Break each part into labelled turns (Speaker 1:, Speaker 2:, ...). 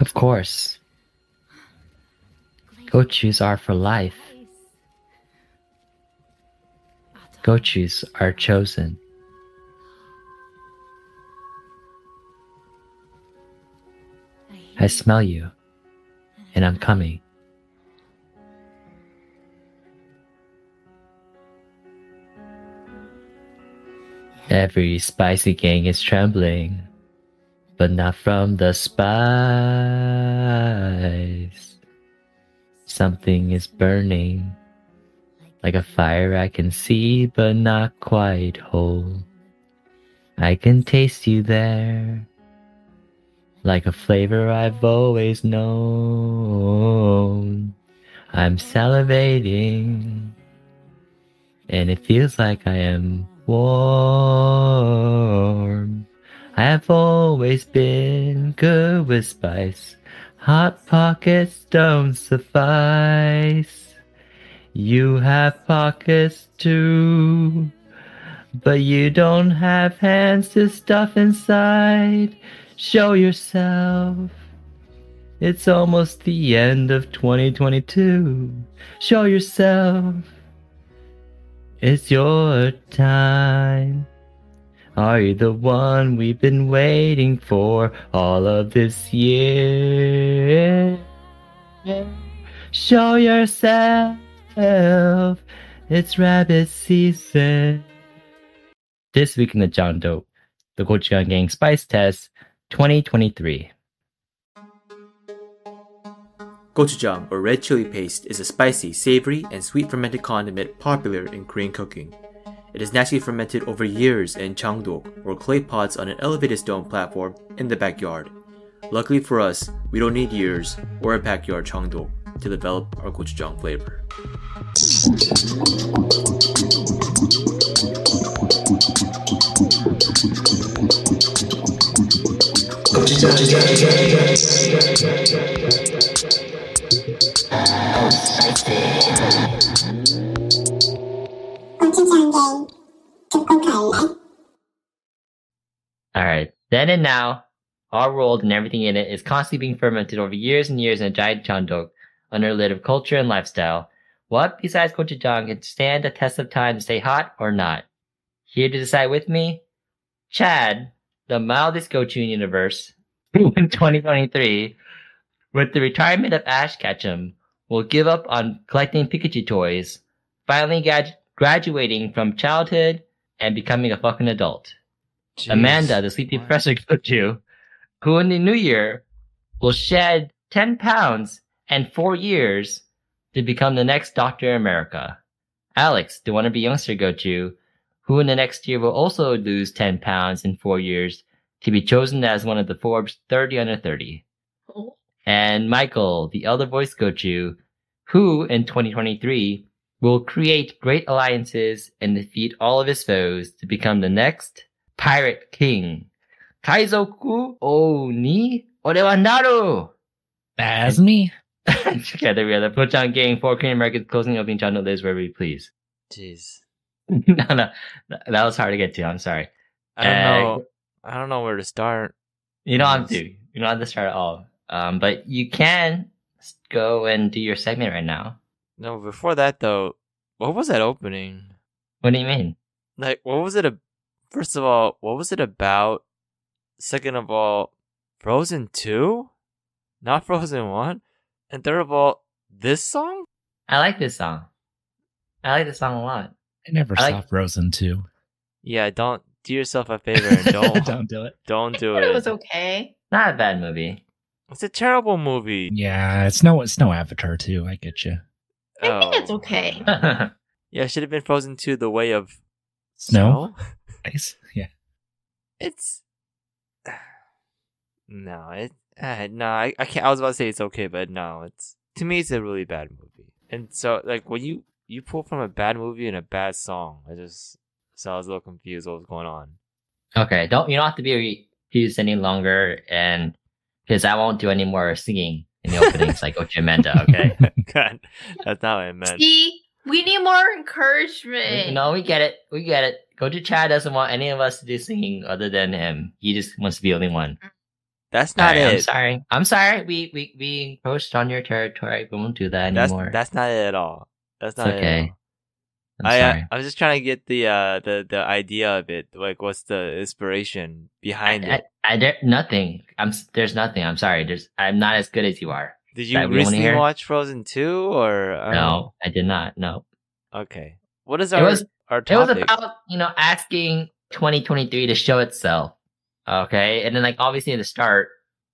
Speaker 1: Of course. Gochus are for life. Gochus are chosen. I smell you, and I'm coming. Every spicy gang is trembling, but not from the spice. Something is burning, like a fire I can see, but not quite whole. I can taste you there, like a flavor I've always known. I'm salivating, and it feels like I am warm. I've always been good with spice. Hot pockets don't suffice. You have pockets too, but you don't have hands to stuff inside. Show yourself. It's almost the end of 2022. Show yourself. It's your time. Are you the one we've been waiting for all of this year? Show yourself. It's rabbit season. This week in the John Doe, the Gochujang Gang Spice Test 2023.
Speaker 2: Gochujang, or red chili paste, is a spicy, savory, and sweet fermented condiment popular in Korean cooking. It is naturally fermented over years in changdok, or clay pots on an elevated stone platform in the backyard. Luckily for us, we don't need years or a backyard changdok to develop our gochujang flavor.
Speaker 1: All right. Then and now, our world and everything in it is constantly being fermented over years and years in a giant chandok under a lid of culture and lifestyle. What besides gochujang can stand the test of time to stay hot or not? Here to decide with me, Chad, the mildest gochujang universe in 2023, with the retirement of Ash Ketchum, will give up on collecting Pikachu toys, finally grad- graduating from childhood and becoming a fucking adult. Amanda, the sleepy professor Goju, who in the new year will shed 10 pounds and four years to become the next Dr. America. Alex, the wannabe youngster Goju, who in the next year will also lose 10 pounds in four years to be chosen as one of the Forbes 30 under 30. And Michael, the elder voice Goju, who in 2023 will create great alliances and defeat all of his foes to become the next Pirate King. Kaizoku Oni Orewa Naru!
Speaker 3: That's me.
Speaker 1: Together we are the Pochon Gang, four Korean Americans closing opening channel lives wherever you please.
Speaker 3: Jeez.
Speaker 1: no, no, th- that was hard to get to. I'm sorry.
Speaker 3: I don't
Speaker 1: Uh,
Speaker 3: know. I don't know where to start.
Speaker 1: You don't have
Speaker 3: Yes.
Speaker 1: to. You don't have to start at all. Um, but you can s- go and do your segment right now.
Speaker 3: No, before that though, what was that opening?
Speaker 1: What do you mean?
Speaker 3: Like, what was it? A first of all, what was it about? Second of all, Frozen Two, not Frozen One, and third of all, this song.
Speaker 1: I like this song. I like this song a lot.
Speaker 4: I never
Speaker 1: I like-
Speaker 4: saw Frozen 2.
Speaker 3: Yeah, don't do yourself a favor and don't
Speaker 4: Don't do it.
Speaker 3: don't do
Speaker 5: I thought
Speaker 3: it.
Speaker 5: it was okay.
Speaker 1: Not a bad movie.
Speaker 3: It's a terrible movie.
Speaker 4: Yeah, it's no it's no Avatar 2. I get you.
Speaker 5: I think it's okay.
Speaker 3: Oh.
Speaker 4: Uh.
Speaker 3: Yeah, it should have been Frozen Two: The Way of
Speaker 4: Snow? Nice. Yeah.
Speaker 3: It's no, it uh, no, I, I can't. I was about to say it's okay, but no, it's to me it's a really bad movie. And so like when you you pull from a bad movie and a bad song, I just so I was a little confused what was going on.
Speaker 1: Okay, don't you don't have to be refused any longer, and because I won't do any more singing in the openings like Ochi Amanda. Okay,
Speaker 3: God, that's not what I meant.
Speaker 5: See, we need more encouragement.
Speaker 1: no, we get it, we get it. Goju Chad doesn't want any of us to do singing other than him. He just wants to be the only one.
Speaker 3: That's not
Speaker 1: Sorry,
Speaker 3: it.
Speaker 1: I'm sorry. I'm sorry. We we we encroached on your territory. We won't do that
Speaker 3: That's
Speaker 1: anymore.
Speaker 3: that's not it at all. That's
Speaker 1: It's
Speaker 3: not It at all.
Speaker 1: okay. I'm
Speaker 3: I, uh,
Speaker 1: sorry.
Speaker 3: I'm just trying to get the uh the the idea of it. Like, what's the inspiration behind
Speaker 1: I,
Speaker 3: it?
Speaker 1: I, there, nothing. I'm s- there's nothing. I'm sorry. There's I'm not as good as you are.
Speaker 3: Did you
Speaker 1: that we wanna
Speaker 3: recently
Speaker 1: hear?
Speaker 3: watch Frozen two or uh,
Speaker 1: No, I did not. No,
Speaker 3: Okay. What is
Speaker 1: It
Speaker 3: our
Speaker 1: was-
Speaker 3: our
Speaker 1: it was
Speaker 3: topic?
Speaker 1: about you know asking 2023 to show itself. Okay, and then like obviously at the start,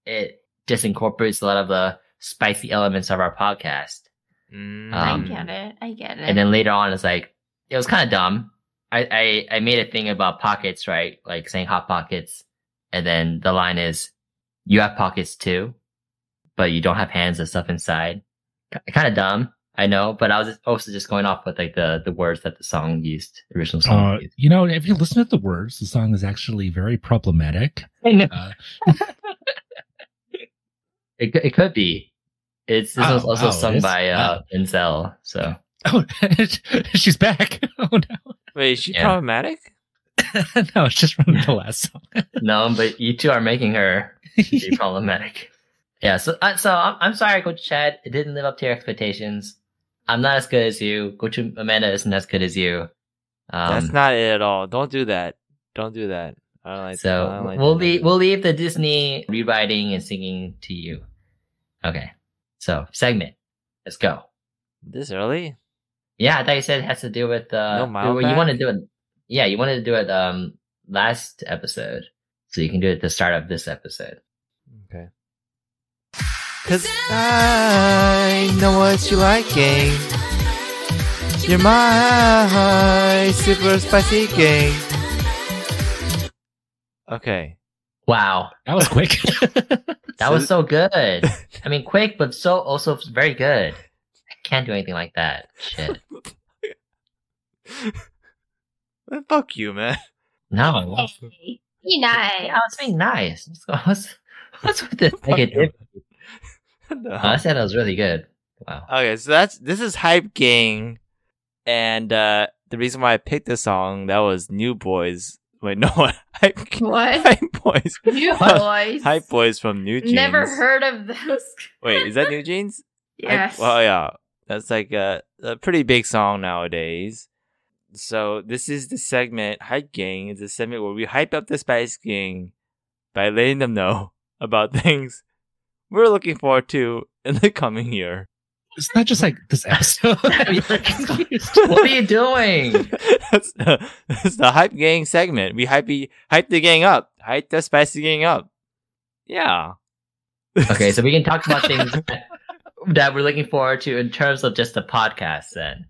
Speaker 1: it just incorporates a lot of the spicy elements of our podcast, Um,
Speaker 3: Mm.
Speaker 5: I get it. I get it.
Speaker 1: and then later on, it's like it was kind of dumb. I, I I made a thing about pockets, right? Like saying hot pockets, and then the line is, "You have pockets too, but you don't have hands and stuff inside." Kind of dumb, I know, but I was just- also just going off with like the the words that the song used, the original song.
Speaker 4: Uh,
Speaker 1: used.
Speaker 4: you know, if you listen to the words, the song is actually very problematic.
Speaker 1: I know.
Speaker 4: Uh,
Speaker 1: It cou- it could be. It's this was
Speaker 4: Oh,
Speaker 1: also
Speaker 4: oh, it
Speaker 1: sung
Speaker 4: is?
Speaker 1: by uh
Speaker 4: Wow.
Speaker 1: Incel, so
Speaker 4: oh, she's back. Oh
Speaker 3: Wait, is she
Speaker 1: Yeah.
Speaker 3: problematic?
Speaker 4: no, no, it's just from the last song.
Speaker 1: no, but you two are making her be problematic. Yeah, so uh, so I'm, I'm sorry, Coach Chad. It didn't live up to your expectations. I'm not as good as you. Coach Amanda isn't as good as you. Um,
Speaker 3: That's not it at all. Don't do that. Don't do that. I don't like.
Speaker 1: so
Speaker 3: I don't like
Speaker 1: we'll
Speaker 3: that.
Speaker 1: leave we'll leave the Disney rewriting and singing to you. Okay, so segment. Let's go.
Speaker 3: this early.
Speaker 1: Yeah, I thought you said it has to do with uh
Speaker 3: No mile
Speaker 1: well, you want to
Speaker 3: back?
Speaker 1: do it. Yeah, you wanted to do it um last episode, so you can do it at the start of this episode.
Speaker 3: Okay. Cause I know what you liking. You're my super spicy gang. Okay.
Speaker 1: Wow,
Speaker 4: That was quick.
Speaker 1: that was so good. I mean, quick, but so also very good. I can't do anything like that. Shit.
Speaker 3: Man, Fuck you, man.
Speaker 4: Oh,
Speaker 1: No, I
Speaker 5: Hey, be nice.
Speaker 1: was being nice. What's, go- what's, what's with this negative? Oh,
Speaker 3: No.
Speaker 1: I said that was really good. Wow.
Speaker 3: Okay, so that's this is Hype Gang, and uh the reason why I picked this song that was New Boys. Wait, no, Hype Gang-
Speaker 5: What?
Speaker 3: Hype Boys,
Speaker 5: New boys.
Speaker 3: Hype Boys from New Jeans.
Speaker 5: Never heard of those.
Speaker 3: Wait, is that New Jeans? Hype-
Speaker 5: yes.
Speaker 3: well, yeah, that's like a, a pretty big song nowadays. So this is the segment Hype Gang is a segment where we hype up the Spice Gang by letting them know about things we're looking forward to in the coming year.
Speaker 4: it's not just like this episode.
Speaker 1: What are you doing?
Speaker 3: that's, the, that's the hype gang segment. We hype, hype the gang up, hype the spicy gang up. Yeah.
Speaker 1: Okay, so we can talk about things that, that we're looking forward to in terms of just the podcast then.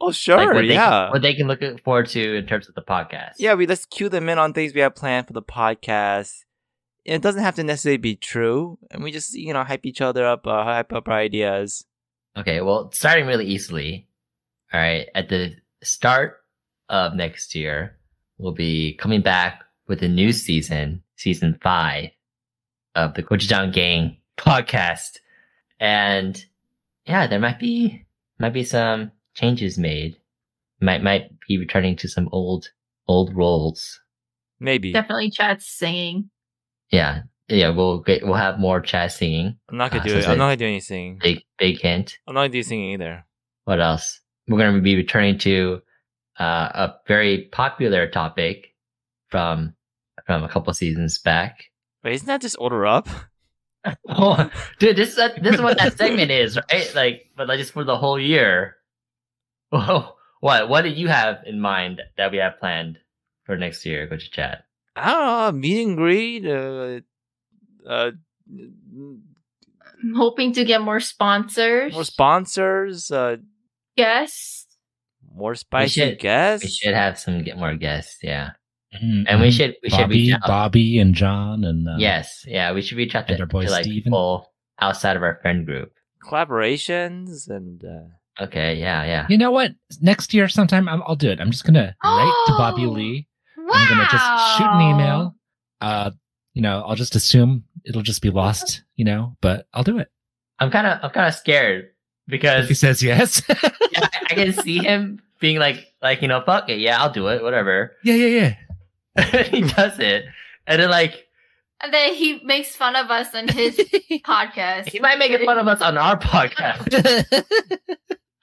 Speaker 3: oh sure,
Speaker 1: like what they,
Speaker 3: yeah,
Speaker 1: what they can look forward to in terms of the podcast.
Speaker 3: yeah. We let's cue them in on things we have planned for the podcast. It doesn't have to necessarily be true, and we just you know hype each other up, uh, hype up our ideas.
Speaker 1: Okay. Well, starting really easily. All right. At the start of next year, we'll be coming back with a new season, season five of the Gochujang Gang podcast, and yeah, there might be might be some changes made. Might might be returning to some old old roles.
Speaker 3: Maybe
Speaker 5: Definitely Chad singing.
Speaker 1: Yeah. Yeah, we'll get, we'll have more chat singing.
Speaker 3: I'm not gonna
Speaker 1: Ah,
Speaker 3: do
Speaker 1: so
Speaker 3: it.
Speaker 1: it's
Speaker 3: I'm
Speaker 1: a-
Speaker 3: not gonna do anything.
Speaker 1: Big big hint.
Speaker 3: I'm not gonna do singing either.
Speaker 1: what else? We're going to be returning to uh, a very popular topic from from a couple seasons back.
Speaker 3: Wait, isn't that just order up?
Speaker 1: Oh, dude, this is this is what that segment is, right? Like, but like just for the whole year. Whoa, what what do you have in mind that we have planned for next year? Go to chat.
Speaker 3: I don't know. Meet and greet. Uh, uh,
Speaker 5: I'm hoping to get more sponsors.
Speaker 3: more sponsors. Uh,
Speaker 5: Yes.
Speaker 3: more spicy
Speaker 1: should-
Speaker 3: guests.
Speaker 1: We should have some get more guests, yeah,
Speaker 4: Mm,
Speaker 1: and we
Speaker 4: mm.
Speaker 1: should we should
Speaker 4: Bobby,
Speaker 1: reach out.
Speaker 4: Bobby, and John, and uh,
Speaker 1: Yes, yeah, we should reach out to,
Speaker 4: And our boy
Speaker 1: to like
Speaker 4: Steven.
Speaker 1: people outside of our friend group.
Speaker 3: Collaborations and uh,
Speaker 1: Okay, yeah, yeah.
Speaker 4: You know what? Next year, sometime I'm, I'll do it. I'm just gonna write to Bobby
Speaker 5: Oh,
Speaker 4: Lee.
Speaker 5: Wow.
Speaker 4: I'm gonna just shoot an email. Uh, you know, I'll just assume it'll just be lost. You know, but I'll do it.
Speaker 1: I'm kind of I'm kind of scared
Speaker 4: If he
Speaker 1: because
Speaker 4: says yes, yeah,
Speaker 1: I, I can see him being like like you know fuck it yeah I'll do it whatever
Speaker 4: yeah, yeah.
Speaker 1: he does it and then like
Speaker 5: And then he makes fun of us on his podcast.
Speaker 1: He might make fun of us on our podcast.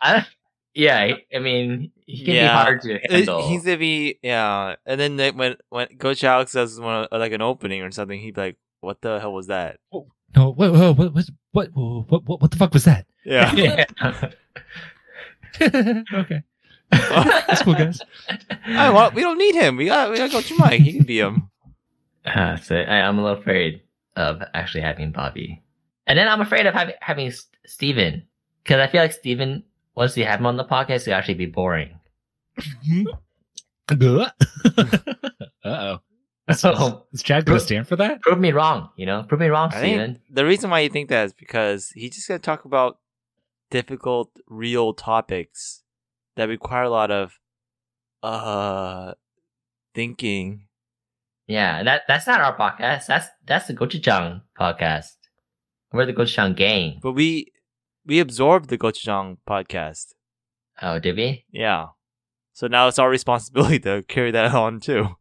Speaker 1: I don't, yeah, he- I mean, he can be
Speaker 3: Yeah.
Speaker 1: hard to
Speaker 3: It-
Speaker 1: handle.
Speaker 3: He's gonna be yeah, and then they, when when Coach Alex does one of- like an opening or something, he'd be like, "What the hell was that?"
Speaker 4: no, whoa, whoa, what, what, what, whoa, what, what, what the fuck was that?
Speaker 3: Yeah,
Speaker 1: Yeah.
Speaker 4: okay, that's cool, guys.
Speaker 3: I want, we don't need him. We got we got Coach Mike. He can be him.
Speaker 1: Uh, so I, I'm a little afraid of actually having Bobby, and then I'm afraid of having having S- Steven. because I feel like Steven, once you have him on the podcast, he'll actually be boring.
Speaker 4: uh oh.
Speaker 1: So
Speaker 4: Is Chad gonna stand for that?
Speaker 1: prove me wrong, you know, prove me wrong,
Speaker 3: I think
Speaker 1: Steven.
Speaker 3: the reason why you think that is because he's just gonna talk about difficult, real topics that require a lot of uh thinking.
Speaker 1: Yeah, that that's not our podcast. That's that's the Gochujang podcast. We're the Gochujang gang.
Speaker 3: But we we absorbed the Gochujang podcast.
Speaker 1: Oh, did we?
Speaker 3: Yeah. So now it's our responsibility to carry that on too.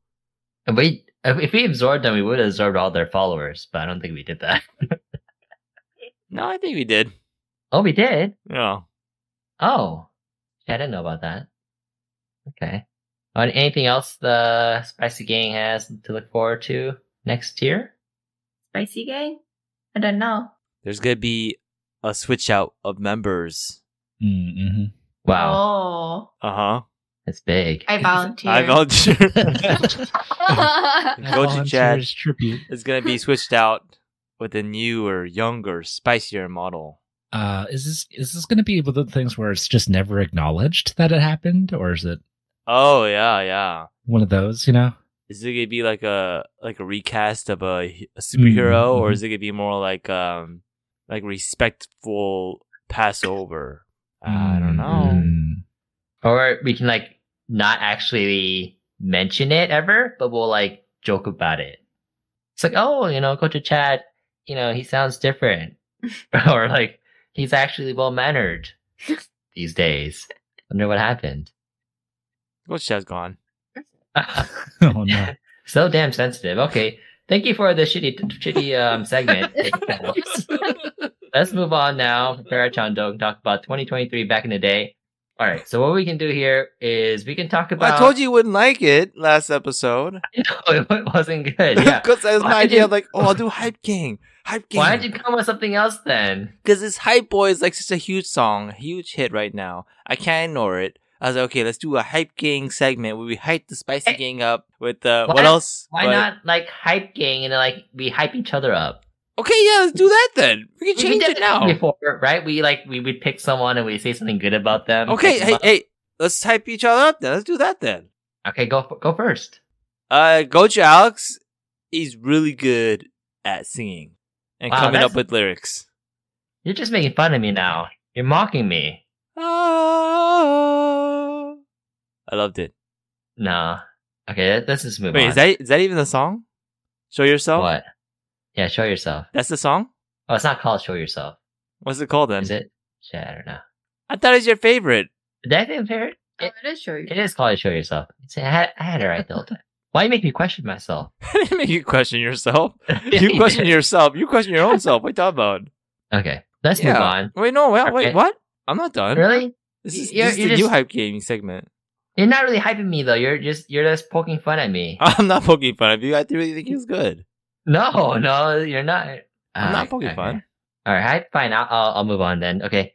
Speaker 1: And We if if we absorbed them, we would have absorbed all their followers. But I don't think we did that.
Speaker 3: No, I think we did.
Speaker 1: oh, we did.
Speaker 3: Yeah.
Speaker 1: Oh, yeah, I didn't know about that. Okay. Uh, anything else the Spicy Gang has to look forward to next year?
Speaker 5: Spicy gang? I don't know.
Speaker 3: There's gonna be a switch out of members.
Speaker 4: Mm-hmm.
Speaker 1: Wow,
Speaker 5: Oh,
Speaker 3: Uh huh.
Speaker 1: that's big.
Speaker 5: I volunteer.
Speaker 3: I volunteer. Gochu Chad
Speaker 4: Mm-hmm. Volunteers tribute.
Speaker 3: is gonna be switched out with a newer, younger, spicier model.
Speaker 4: Uh, is this is this gonna be one of the things where it's just never acknowledged that it happened, or is it
Speaker 3: Oh yeah, yeah.
Speaker 4: one of those? You know,
Speaker 3: Is it gonna be like a like a recast of a, a superhero, or
Speaker 4: mhm.
Speaker 3: is it gonna be more like um like respectful Passover? Uh, I don't know.
Speaker 4: Mm.
Speaker 1: Or we can like not actually mention it ever, but we'll like joke about it. It's like, oh, you know, Coach Chad, you know, he sounds different, or like he's actually well mannered these days. Wonder what happened.
Speaker 3: Coach Chad's gone.
Speaker 4: Oh no.
Speaker 1: So damn sensitive. Okay. Thank you for the shitty, shitty um, segment. Let's move on now. Para Chandong talk about 2023 back in the day. All right. So what we can do here is we can talk about.
Speaker 3: I told you you wouldn't like it last episode.
Speaker 1: No, it wasn't good. Yeah.
Speaker 3: Because that was
Speaker 1: Why
Speaker 3: my idea.
Speaker 1: did-
Speaker 3: of Like, oh, I'll do hype gang, hype
Speaker 1: Why don't you
Speaker 3: gang.
Speaker 1: come with something else then?
Speaker 3: Because this hype boy is like such a huge song, huge hit right now. I can't ignore it. I was like, okay, let's do a hype gang segment where we hype the spicy
Speaker 1: Hey.
Speaker 3: gang up with uh,
Speaker 1: Eh. Why-
Speaker 3: what else?
Speaker 1: Why
Speaker 3: What-
Speaker 1: not like hype gang and like we hype each other up?
Speaker 3: Okay, yeah, let's do that then. We can
Speaker 1: We
Speaker 3: change
Speaker 1: did that
Speaker 3: it now.
Speaker 1: Before, right? We like we would pick someone and we say something good about them.
Speaker 3: Okay, hey,
Speaker 1: About-
Speaker 3: hey, let's hype each other up then. Let's do that then.
Speaker 1: Okay, go f- go first.
Speaker 3: Uh, Gocha Alex is really good at singing and
Speaker 1: Wow,
Speaker 3: coming
Speaker 1: that's-
Speaker 3: up with lyrics.
Speaker 1: You're just making fun of me now. You're mocking me.
Speaker 3: Ah, I loved it.
Speaker 1: No. Okay, let's just move
Speaker 3: Wait,
Speaker 1: on.
Speaker 3: is that is that even the song? Show yourself.
Speaker 1: What? Yeah, show yourself.
Speaker 3: That's the song.
Speaker 1: Oh, it's not called show yourself.
Speaker 3: What's it called then?
Speaker 1: Is it? Shit, I don't know.
Speaker 3: I thought it was your favorite.
Speaker 1: Did I think fair?
Speaker 5: Oh, it is true.
Speaker 1: It is called show yourself. It's- I had, I had it right the whole time. Why you make me question myself?
Speaker 3: I didn't make you question yourself.
Speaker 1: Yeah,
Speaker 3: You
Speaker 1: you
Speaker 3: question
Speaker 1: did.
Speaker 3: yourself. You question your own self. What you talking about?
Speaker 1: Okay, let's move
Speaker 3: Yeah.
Speaker 1: on.
Speaker 3: Wait, no. Well, wait.
Speaker 1: Okay.
Speaker 3: What? I'm not done.
Speaker 1: Really?
Speaker 3: This is,
Speaker 1: You're-
Speaker 3: this is the
Speaker 1: you're just-
Speaker 3: new hype gaming segment.
Speaker 1: You're not really hyping me though. You're just you're just poking fun at me.
Speaker 3: I'm not poking fun of you. I really think it's good.
Speaker 1: No, no, you're not.
Speaker 3: I'm
Speaker 1: Alright,
Speaker 3: not poking
Speaker 1: okay.
Speaker 3: fun.
Speaker 1: All right, fine. I'll, I'll I'll move on then. Okay,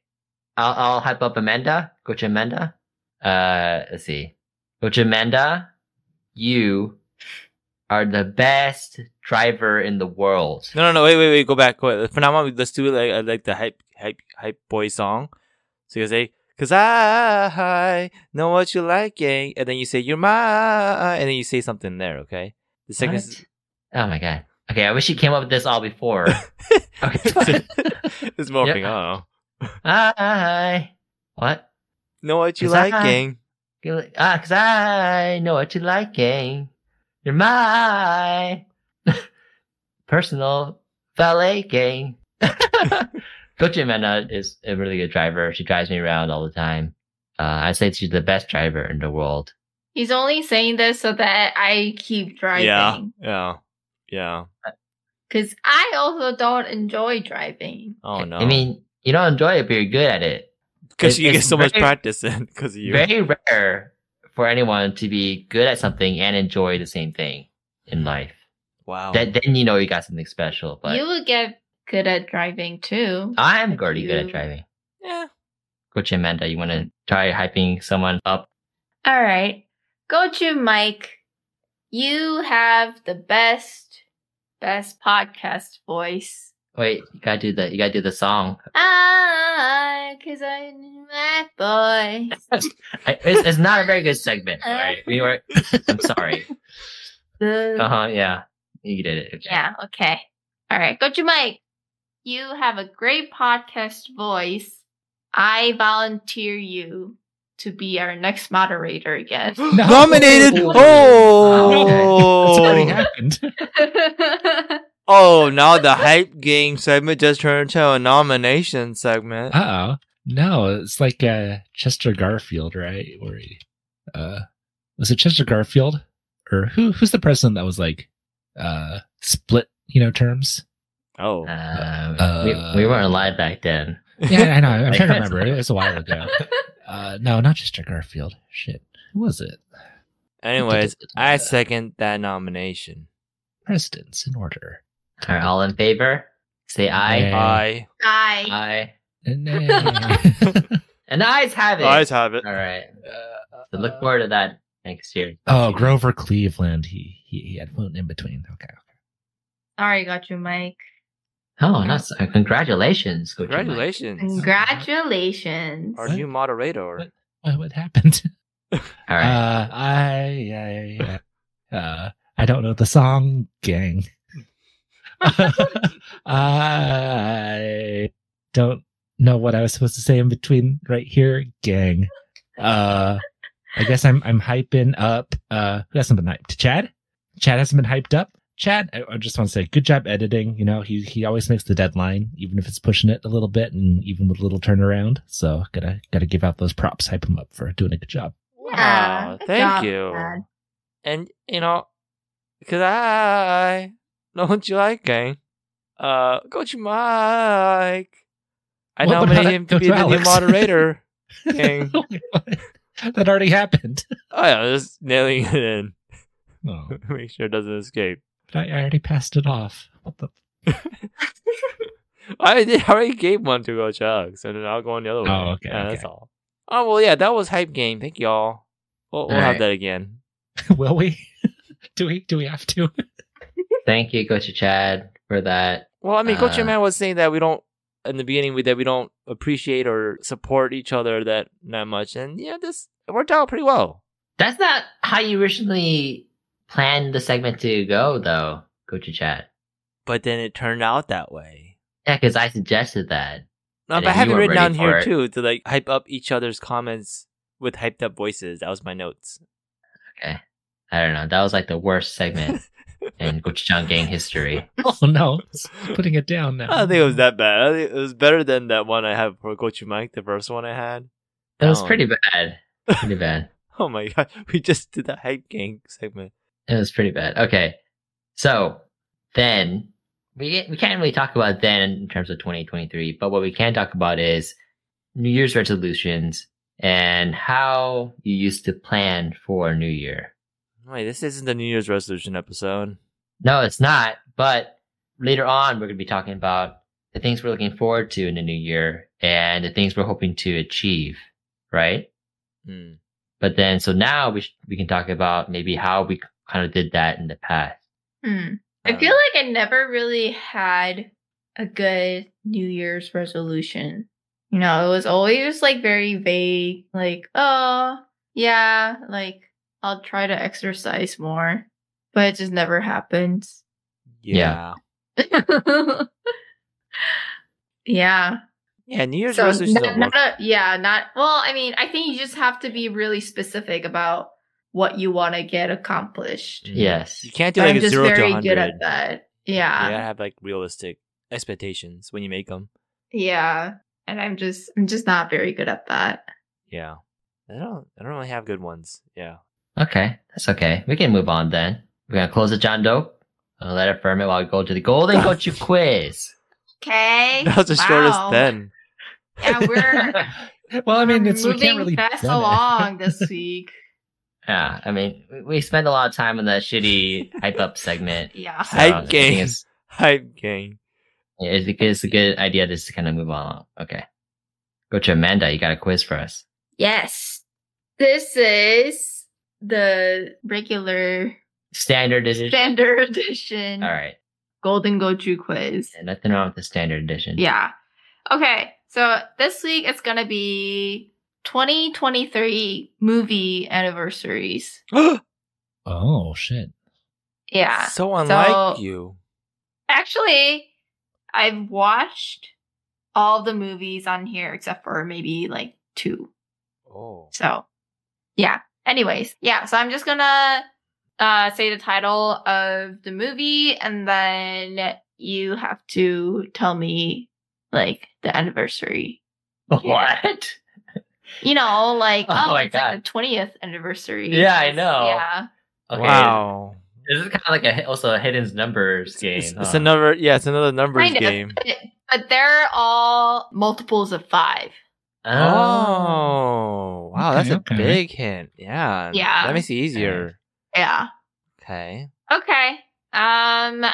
Speaker 1: I'll I'll hype up Amanda. Go to Amanda. Uh, let's see. Go to Amanda. You are the best driver in the world.
Speaker 3: No, no, no. Wait, wait, wait. Go back. Go. For now on, let's do like uh, like the hype, hype, hype boy song. So you say, "Cause I know what you liking," and then you say, "You're my," and then you say something there. Okay. The second. s-
Speaker 1: What? Oh my god. Okay, I wish you came up with this all before. okay.
Speaker 3: it's morphing. Oh,
Speaker 1: I what?
Speaker 3: know what
Speaker 1: 'Cause
Speaker 3: you eh?"
Speaker 1: I-
Speaker 3: liking?
Speaker 1: Ah, cause I know what you're liking. You're my personal valet gang. Coach Amanda is a really good driver. She drives me around all the time. Uh, I say she's the best driver in the world.
Speaker 5: He's only saying this so that I keep driving.
Speaker 3: Yeah, yeah, yeah.
Speaker 5: Because I also don't enjoy driving.
Speaker 3: Oh no!
Speaker 1: I mean, you don't enjoy it, but you're good at it.
Speaker 3: because
Speaker 1: it-
Speaker 3: you get
Speaker 1: it's
Speaker 3: so much
Speaker 1: very-
Speaker 3: practice in because of you.
Speaker 1: Very rare for anyone to be good at something and enjoy the same thing in life.
Speaker 3: Oh.
Speaker 2: Wow.
Speaker 1: Then, then you know you got something special. But
Speaker 5: you will get good at driving too.
Speaker 1: I'm
Speaker 5: if
Speaker 1: already good at
Speaker 5: you-
Speaker 1: driving.
Speaker 3: yeah.
Speaker 1: Coach Amanda, you want to try hyping someone up?
Speaker 5: All right. Go to Mike. You have the best, best podcast voice.
Speaker 1: Wait, you gotta do the you gotta do the song.
Speaker 5: Ah, cause I knew my boy.
Speaker 1: I, it's, it's not a very good segment. All right, we were. I'm sorry. Uh huh. Yeah, you did it. Okay.
Speaker 5: Yeah, okay. All right. Go to Mike. You have a great podcast voice. I volunteer you to be our next moderator again.
Speaker 4: No.
Speaker 3: Nominated.
Speaker 1: Oh,
Speaker 4: That's already
Speaker 3: Oh.
Speaker 4: happened.
Speaker 3: oh, now the hype game segment just turned into a nomination segment.
Speaker 4: Uh oh. No, it's like uh, Chester Garfield, right? Where he, uh, was it Chester Garfield or who? Who's the president that was like uh, split, you know, terms?
Speaker 3: Oh.
Speaker 1: Um,
Speaker 4: Uh,
Speaker 1: we, we weren't alive back then.
Speaker 4: Yeah, I know. I'm trying to remember. It was a while ago. Uh, no, not Chester Garfield. Shit, who was it?
Speaker 3: Anyways, I second that nomination.
Speaker 4: Presidents in order.
Speaker 1: All right, all in favor? Say aye.
Speaker 4: Yeah.
Speaker 3: I.
Speaker 5: I
Speaker 1: Aye.
Speaker 4: And
Speaker 1: And the ayes have it.
Speaker 3: Eyes have it.
Speaker 1: All right. So look forward to that next year.
Speaker 4: oh, uh, Grover Cleveland. He he, he had one in between. Okay.
Speaker 5: sorry, got you, Mike.
Speaker 1: Oh, that's uh, congratulations. Coach Mike.
Speaker 3: Congratulations.
Speaker 5: Congratulations.
Speaker 3: Our new moderator.
Speaker 4: What, what happened?
Speaker 1: All right.
Speaker 4: Uh, I, I, uh, I don't know the song, gang. I don't know what I was supposed to say in between right here, gang. Uh, I guess I'm I'm hyping up. Uh, who hasn't been hyped? Chad. Chad hasn't been hyped up. Chad, I, I just want to say, good job editing. You know, he he always makes the deadline, even if it's pushing it a little bit, and even with a little turnaround. So gotta gotta give out those props, hype him up for doing a good job.
Speaker 5: Yeah,
Speaker 3: Wow.
Speaker 5: good
Speaker 3: Thank
Speaker 5: job,
Speaker 3: you.
Speaker 5: Dad.
Speaker 3: And, you know, because I don't you like gang. Uh, Coach Mike. I
Speaker 4: Well, but
Speaker 3: nominate
Speaker 4: how-
Speaker 3: him to
Speaker 4: go
Speaker 3: be
Speaker 4: to
Speaker 3: the new
Speaker 4: Alex.
Speaker 3: moderator. gang.
Speaker 4: that already happened.
Speaker 3: Oh, yeah, just nailing it in.
Speaker 4: Oh,
Speaker 3: Make sure it doesn't escape.
Speaker 4: but I already passed it off. What the?
Speaker 3: I did I already gave one to Coach Alex, and then I'll go on the other way.
Speaker 4: Oh, okay,
Speaker 3: Yeah,
Speaker 4: okay.
Speaker 3: That's all. Oh, well, yeah, that was Hype Game. Thank y'all. We'll, we'll
Speaker 1: All
Speaker 3: have
Speaker 1: right.
Speaker 3: that again.
Speaker 4: Will we? do we? Do we have to?
Speaker 1: Thank you, Coach Chad, for that.
Speaker 3: Well, I mean, Coach
Speaker 1: Uh,
Speaker 3: Man was saying that we don't in the beginning we, that we don't appreciate or support each other that that much, and yeah, this it worked out pretty well.
Speaker 1: That's not how you originally planned the segment to go, though, Coach Chad.
Speaker 3: But then it turned out that way.
Speaker 1: Yeah, because I suggested that.
Speaker 3: No,
Speaker 1: And
Speaker 3: but
Speaker 1: then
Speaker 3: I have
Speaker 1: you
Speaker 3: it
Speaker 1: were
Speaker 3: written
Speaker 1: ready
Speaker 3: down here
Speaker 1: for it.
Speaker 3: too to like hype up each other's comments with hyped up voices. That was my notes.
Speaker 1: I don't know. That was like the worst segment in Gochujang gang history.
Speaker 4: Oh no, it's putting it down now.
Speaker 3: I don't think it was that bad. I think it was better than that one I had for Coach Mike, the first one I had.
Speaker 1: It was
Speaker 3: Oh.
Speaker 1: pretty bad. Pretty bad.
Speaker 3: Oh my god, we just did the hype gang segment.
Speaker 1: It was pretty bad. Okay. So then we we can't really talk about then in terms of 2023, but what we can talk about is New Year's resolutions and how you used to plan for New Year.
Speaker 3: Wait, this isn't the New Year's resolution episode.
Speaker 1: No, it's not. But later on, we're going to be talking about the things we're looking forward to in the new year and the things we're hoping to achieve, right?
Speaker 3: Hmm.
Speaker 1: But then, so now we sh- we can talk about maybe how we kind of did that in the past.
Speaker 5: Hmm. I
Speaker 3: Uh,
Speaker 5: feel like I never really had a good New Year's resolution. You know, it was always like very vague, like, oh, yeah, like I'll try to exercise more, but it just never happened.
Speaker 1: Yeah.
Speaker 5: yeah.
Speaker 3: Yeah, New Year's
Speaker 5: So
Speaker 3: resolutions
Speaker 5: not,
Speaker 3: don't work.
Speaker 5: not a, yeah, not well, I mean, I think you just have to be really specific about what you want to get accomplished.
Speaker 1: Yes.
Speaker 3: Mm-hmm. You can't do
Speaker 5: But
Speaker 3: like
Speaker 5: I'm
Speaker 3: a
Speaker 5: just
Speaker 3: zero to
Speaker 5: very
Speaker 3: hundred.
Speaker 5: good at that.
Speaker 3: You
Speaker 5: Yeah.
Speaker 3: gotta have like realistic expectations when you make them.
Speaker 5: Yeah. And I'm just I'm just not very good at that.
Speaker 3: Yeah, I don't. I don't really have good ones. Yeah.
Speaker 1: Okay. That's okay. We can move on then. We're going to close the John Doe. I'll let it firm it while I go to the Golden Gochu quiz.
Speaker 5: Okay.
Speaker 3: That was the shortest then.
Speaker 5: Yeah, we're
Speaker 4: well, I mean,
Speaker 5: we're
Speaker 4: it's we
Speaker 5: moving
Speaker 4: can't really
Speaker 5: fast
Speaker 4: done it.
Speaker 5: along this week.
Speaker 1: Yeah, I mean, we- we spend a lot of time on that shitty hype up segment.
Speaker 5: Yeah.
Speaker 1: so
Speaker 3: Hype
Speaker 1: I think
Speaker 3: game.
Speaker 1: It's,
Speaker 3: Hype gang.
Speaker 1: it's because it's a good idea just to kind of move on. Okay. Go to Amanda. You got a quiz for us.
Speaker 5: Yes. This is the regular
Speaker 1: Standard edition.
Speaker 5: standard edition
Speaker 1: All right.
Speaker 5: Golden Goju quiz.
Speaker 1: Yeah, nothing wrong with the standard edition.
Speaker 5: Yeah. Okay. So this week it's going to be 2023 movie anniversaries.
Speaker 4: Oh shit!
Speaker 5: Yeah.
Speaker 3: So unlike
Speaker 5: So-
Speaker 3: you.
Speaker 5: Actually, I've watched all the movies on here except for maybe like two.
Speaker 3: Oh.
Speaker 5: So, yeah. Anyways, yeah. So I'm just gonna uh, say the title of the movie, and then you have to tell me like the anniversary.
Speaker 1: What?
Speaker 5: You know, like
Speaker 1: Oh
Speaker 5: oh,
Speaker 1: my
Speaker 5: it's like
Speaker 1: God.
Speaker 5: the twentieth anniversary.
Speaker 1: Yeah, I know.
Speaker 5: Yeah.
Speaker 1: Okay.
Speaker 3: Wow.
Speaker 1: This is kind of like a also a hidden numbers game.
Speaker 3: It's, it's
Speaker 1: huh?
Speaker 3: another yeah, it's another numbers
Speaker 5: Kind of.
Speaker 3: game.
Speaker 5: But they're all multiples of five.
Speaker 1: Oh.
Speaker 3: Oh. Wow, that's a
Speaker 4: Okay, okay.
Speaker 3: big hint. Yeah.
Speaker 5: Yeah.
Speaker 3: That makes it easier.
Speaker 5: Yeah.
Speaker 3: Okay.
Speaker 5: Okay. Um,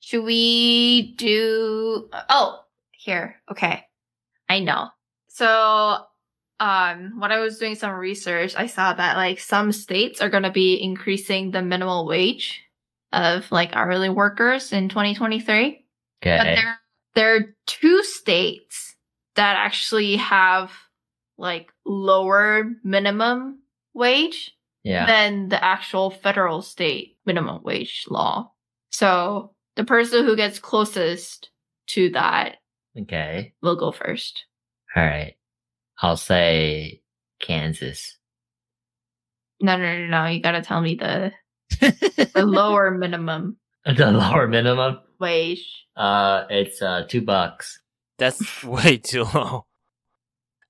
Speaker 5: should we do? Oh, here. Okay. I know. So, um, when I was doing some research, I saw that like some states are going to be increasing the minimum wage of like hourly workers in 2023. But
Speaker 1: Okay.
Speaker 5: there, there are two states that actually have like lower minimum wage
Speaker 1: Yeah.
Speaker 5: than the actual federal state minimum wage law. So the person who gets closest to that
Speaker 1: Okay.
Speaker 5: will go first.
Speaker 1: All right. I'll say Kansas.
Speaker 5: No, no, no, no. You gotta tell me the, the lower minimum
Speaker 1: The lower minimum.
Speaker 5: wage.
Speaker 1: Uh, it's uh two bucks.
Speaker 3: That's way too low.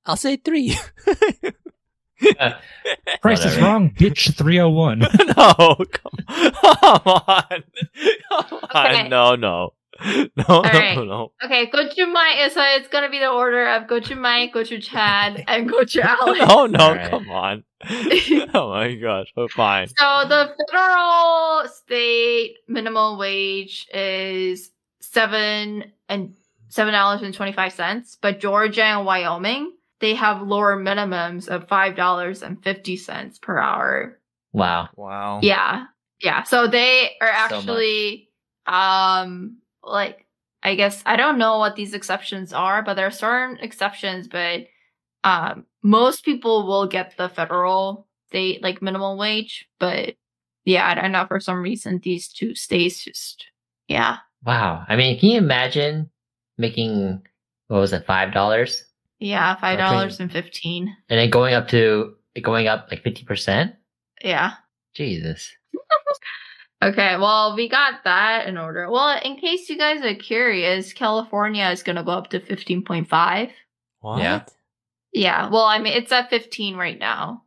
Speaker 3: I'll say three.
Speaker 4: Price is
Speaker 1: Whatever.
Speaker 4: wrong, bitch. Three hundred one.
Speaker 3: no, come, come on. Come on.
Speaker 5: Okay.
Speaker 3: No, no. No, no,
Speaker 5: right.
Speaker 3: no.
Speaker 5: Okay, go to my. So it's gonna be the order of go to Mike, go to Chad, and go to Alex.
Speaker 3: No, no,
Speaker 1: Alright.
Speaker 3: come on. oh my gosh. Oh, fine.
Speaker 5: So the federal state minimum wage is seven and seven dollars and twenty five cents, but Georgia and Wyoming they have lower minimums of five dollars and fifty cents per hour.
Speaker 1: Wow.
Speaker 3: Wow.
Speaker 5: Yeah, yeah. So they are
Speaker 1: So much.
Speaker 5: actually, um, like I guess I don't know what these exceptions are, but there are certain exceptions. But um, most people will get the federal state like minimum wage, but yeah, I don't know for some reason these two states just yeah,
Speaker 1: Wow. I mean, can you imagine making what was it five dollars
Speaker 5: yeah, five dollars
Speaker 1: crazy.
Speaker 5: and fifteen,
Speaker 1: and then going up to going up like fifty percent?
Speaker 5: yeah.
Speaker 1: Jesus.
Speaker 5: Okay, well, we got that in order. Well, in case you guys are curious, California is going to go up to 15.5.
Speaker 3: What?
Speaker 1: Yeah.
Speaker 5: Yeah, well, I mean, it's at 15 right now.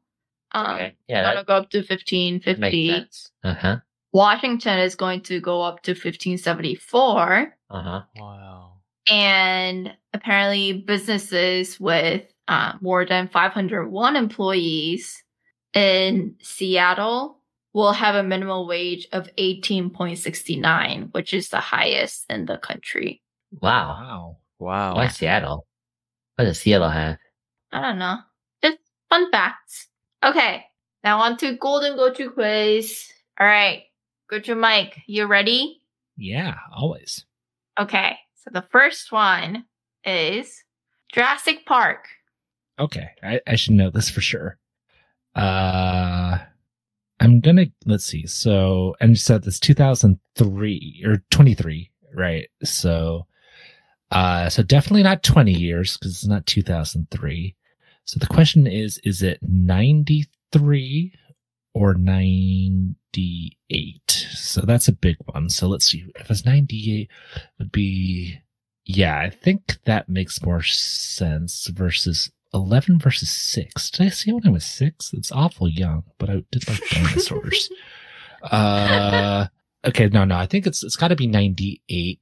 Speaker 5: Um,
Speaker 1: Okay. Yeah.
Speaker 5: That'll
Speaker 1: That
Speaker 5: go up to 1550.
Speaker 1: makes sense. Uh huh.
Speaker 5: Washington is going to go up to 1574.
Speaker 1: Uh huh.
Speaker 3: Wow.
Speaker 5: And apparently, businesses with uh, more than 501 employees in Seattle will have a minimum wage of 18.69, which is the highest in the country.
Speaker 1: Wow.
Speaker 4: Wow.
Speaker 3: Wow.
Speaker 1: Why Seattle? What does Seattle have?
Speaker 5: I don't know. Just fun facts. Okay, now on to Golden Go To quiz. All right, go to Mike. You ready?
Speaker 4: Yeah, always.
Speaker 5: Okay, so the first one is Jurassic Park.
Speaker 4: Okay, I, I should know this for sure. Uh, I'm gonna let's see. So, and so that's 2003 or 23, right? So, uh, so definitely not 20 years because it's not 2003. So the question is, is it 93 or 98? So that's a big one. So let's see. If it's 98, it would be yeah. I think that makes more sense versus 11 versus 6. Did I see it when I was 6? It's awful young, but I did like dinosaurs. uh, okay, no, no. I think it's it's got to be 98.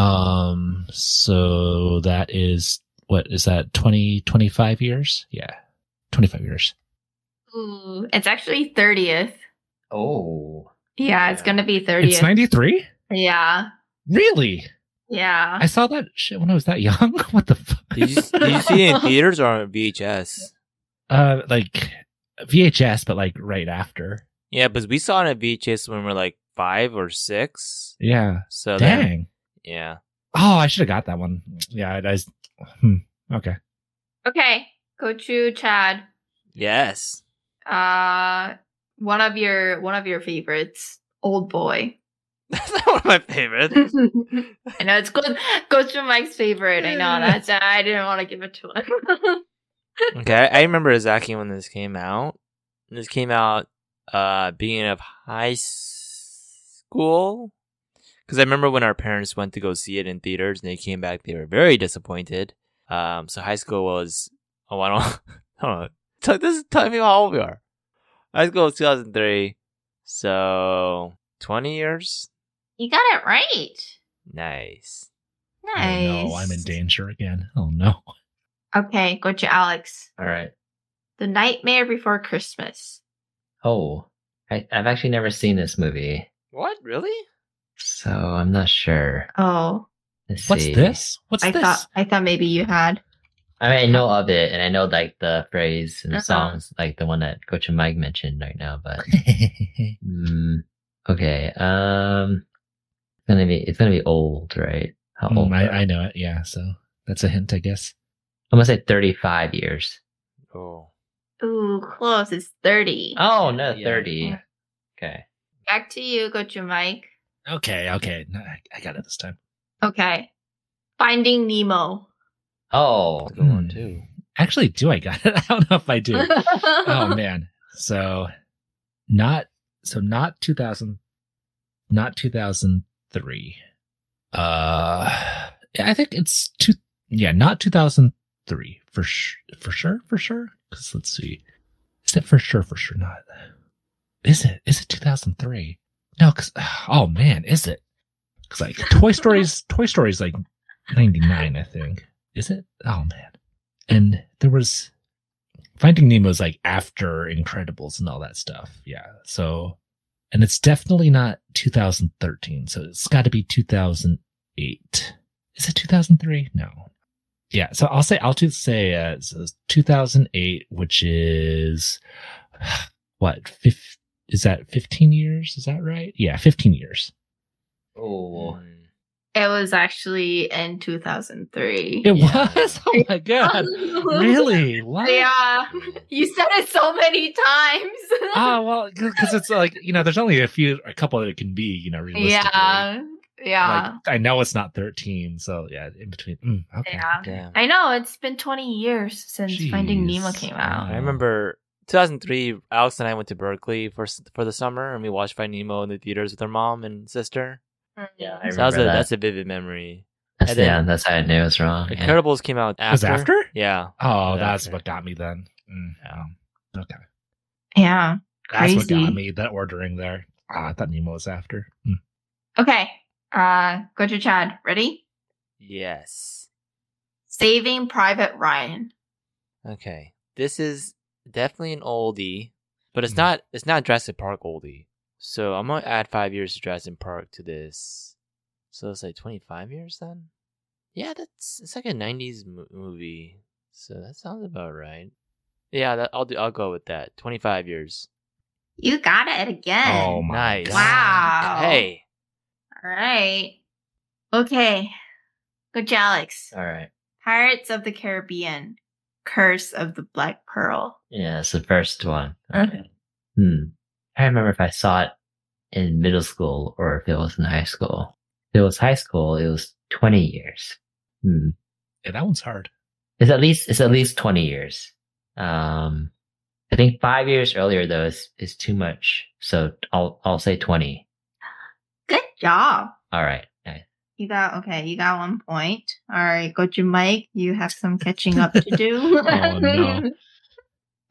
Speaker 4: Um, so that is what is that 20 25 years? Yeah. 25 years.
Speaker 5: Ooh, it's actually 30th.
Speaker 1: Oh.
Speaker 5: Yeah, it's
Speaker 3: Yeah.
Speaker 5: gonna be 30th.
Speaker 4: It's 93?
Speaker 5: yeah,
Speaker 4: Really?
Speaker 5: yeah.
Speaker 4: I saw that shit when I was that young. what the fuck?
Speaker 3: Did you, did you see it in theaters or on VHS?
Speaker 4: uh like VHS but like right after.
Speaker 3: Yeah, because we saw it on VHS when we were like five or six.
Speaker 4: Yeah.
Speaker 3: So then,
Speaker 4: Dang.
Speaker 3: yeah.
Speaker 4: Oh, I should have got that one. Yeah, I, I hmm. okay.
Speaker 5: Okay, go to Chad.
Speaker 3: Yes.
Speaker 5: Uh, one of your one of your favorites, Old Boy.
Speaker 3: That's not one of my favorites.
Speaker 5: I know it's good. Go to Mike's favorite. I know that's. I didn't want to give it to him.
Speaker 3: Okay, I I remember exactly when this came out. This came out uh beginning of high s- school. Because I remember when our parents went to go see it in theaters and they came back, they were very disappointed. Um, so high school was oh I don't, I don't know. T- this is telling me how old we are. High school was 2003, so 20 years.
Speaker 5: you got it right.
Speaker 3: Nice.
Speaker 5: Nice.
Speaker 4: Oh no, I'm in danger again. Oh no.
Speaker 5: Okay, go to Alex.
Speaker 1: All right.
Speaker 5: The Nightmare Before Christmas.
Speaker 1: Oh. I, I've actually never seen this movie,
Speaker 3: What really?
Speaker 1: so I'm not sure.
Speaker 5: Oh,
Speaker 1: Let's
Speaker 4: What's
Speaker 1: see.
Speaker 4: this? What's
Speaker 5: I
Speaker 4: this?
Speaker 5: thought I thought maybe you had.
Speaker 1: I mean, I know of it, and I know like the phrase and
Speaker 5: Uh-huh.
Speaker 1: songs, like the one that Coach and Mike mentioned right now. But mm, okay, um, it's gonna be it's gonna be old, right? How
Speaker 4: Hmm,
Speaker 1: old?
Speaker 4: I,
Speaker 1: are-
Speaker 4: I know it. Yeah, so that's a hint, I guess.
Speaker 1: I'm gonna say 35 years.
Speaker 3: Oh,
Speaker 5: Ooh, close. It's thirty.
Speaker 1: Oh no,
Speaker 4: Yeah.
Speaker 1: 30. Okay.
Speaker 5: Back to you, go to Mike.
Speaker 4: Okay, okay, No, I, I got it this time.
Speaker 5: Okay. Finding Nemo.
Speaker 1: Oh,
Speaker 3: that's a good one
Speaker 4: Hmm.
Speaker 3: too.
Speaker 4: Actually, do I got it? I don't know if I do. oh
Speaker 5: oh
Speaker 4: man, so not so not two thousand, not two thousand three. Uh, I think it's two. Yeah, not two thousand three for sure, for sure, for sure. Because let's see, is it for sure, for sure not? Is it? Is it two thousand three? No, because oh man, is it? Because like Toy Story's Toy Story's like ninety nine, I think. Is it? Oh man, and there was Finding Nemo's like after Incredibles and all that stuff. Yeah, so and it's definitely not 2013. So it's got to be 2008. Is it 2003? No. Yeah. So I'll say I'll just say uh, so it's 2008, which is what? Fif- is that 15 years? Is that right? Yeah, 15 years.
Speaker 1: oh,
Speaker 5: It was actually in 2003.
Speaker 4: It
Speaker 3: Yeah.
Speaker 4: was. Oh my god. really? What?
Speaker 5: Yeah. You said it so many times.
Speaker 4: Oh well, because it's like you know, there's only a few, a couple that it can be, you know, realistically.
Speaker 5: yeah. Yeah.
Speaker 4: Like, I know it's not 13, so yeah, in between. Mm, okay.
Speaker 5: yeah.
Speaker 3: Damn.
Speaker 5: I know it's been 20 years since Finding
Speaker 4: Jeez.
Speaker 5: Nemo came out.
Speaker 4: Yeah.
Speaker 3: I remember 2003. Alex and I went to Berkeley for s- for the summer, and we watched Find Nemo in the theaters with our mom and sister.
Speaker 5: Mm.
Speaker 1: Yeah, I
Speaker 3: So that was a,
Speaker 1: remember that.
Speaker 3: That's a vivid memory.
Speaker 1: that's,
Speaker 3: And then-
Speaker 1: yeah, that's how I knew it was wrong. yeah.
Speaker 3: Incredibles came out
Speaker 4: was
Speaker 3: after.
Speaker 4: after?
Speaker 3: Yeah.
Speaker 4: Oh,
Speaker 3: Okay.
Speaker 4: that's what got me then. Mm,
Speaker 3: Yeah.
Speaker 4: oh, Okay.
Speaker 5: Yeah.
Speaker 4: That's what
Speaker 5: Crazy.
Speaker 4: got me. That ordering there. Ah, I thought Nemo was after. Mm.
Speaker 5: Okay. Uh, go to Chad. Ready?
Speaker 3: Yes.
Speaker 5: Saving Private Ryan.
Speaker 3: Okay. This is definitely an oldie, but it's
Speaker 4: Mhm.
Speaker 3: not. It's not Jurassic Park oldie. So I'm gonna add five years to Jurassic Park to this. So it's like 25 years then. Yeah, that's it's like a 90s mo- movie. So that sounds about right. Yeah, that, I'll do. I'll go with that. 25 years.
Speaker 5: You got it again.
Speaker 4: Oh my
Speaker 3: nice.
Speaker 4: God.
Speaker 5: Wow.
Speaker 3: Hey.
Speaker 5: All right. Okay. Good, Alex.
Speaker 1: All right.
Speaker 5: Pirates of the Caribbean. Curse of the Black Pearl.
Speaker 1: Yeah, it's the first one. Okay. Hmm. I remember if I saw it in middle school or if it was in high school. If it was high school, it was 20 years. Hmm.
Speaker 4: Yeah, that one's hard.
Speaker 1: It's at least, it's at least 20 years. Um, I think five years earlier though is, is too much. So I'll, I'll say 20.
Speaker 5: Good job.
Speaker 1: All right. Nice.
Speaker 5: You got okay. You got one point. All right, go to Mike. You have some catching up to do.
Speaker 4: Oh, no.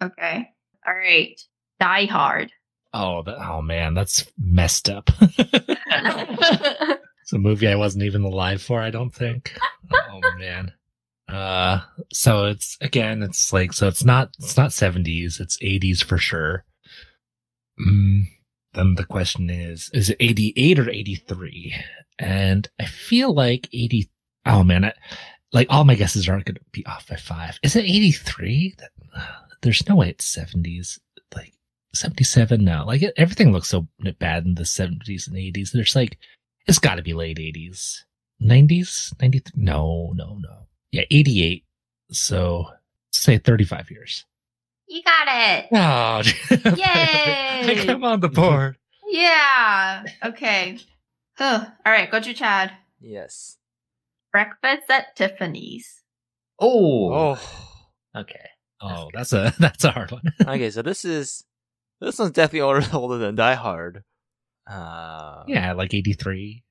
Speaker 5: Okay. All right. Die Hard.
Speaker 4: Oh, that, oh man, that's messed up. It's a movie I wasn't even alive for, I don't think. oh man. Uh so it's again, it's like so it's not it's not seventies, it's eighties for sure. Mm, then the question is, is it eighty eight or eighty three? And I feel like eighty oh man, I, like all my guesses aren't gonna be off by five. Is it eighty three? There's no way it's seventies. Like seventy seven now. Like everything looks so bad in the seventies and eighties. There's like it's got to be late 80s 90s 90 no no no yeah 88 so say 35 years
Speaker 5: you got it.
Speaker 4: oh
Speaker 5: Yay!
Speaker 4: i come on the board
Speaker 5: Yeah. Okay. Ugh. All right. Go to Chad.
Speaker 3: Yes.
Speaker 5: Breakfast at Tiffany's.
Speaker 1: Oh,
Speaker 3: Oh.
Speaker 1: okay.
Speaker 4: oh that's a that's a hard one
Speaker 3: okay, so this is this one's definitely older, older than Die Hard. Uh,
Speaker 4: yeah like 83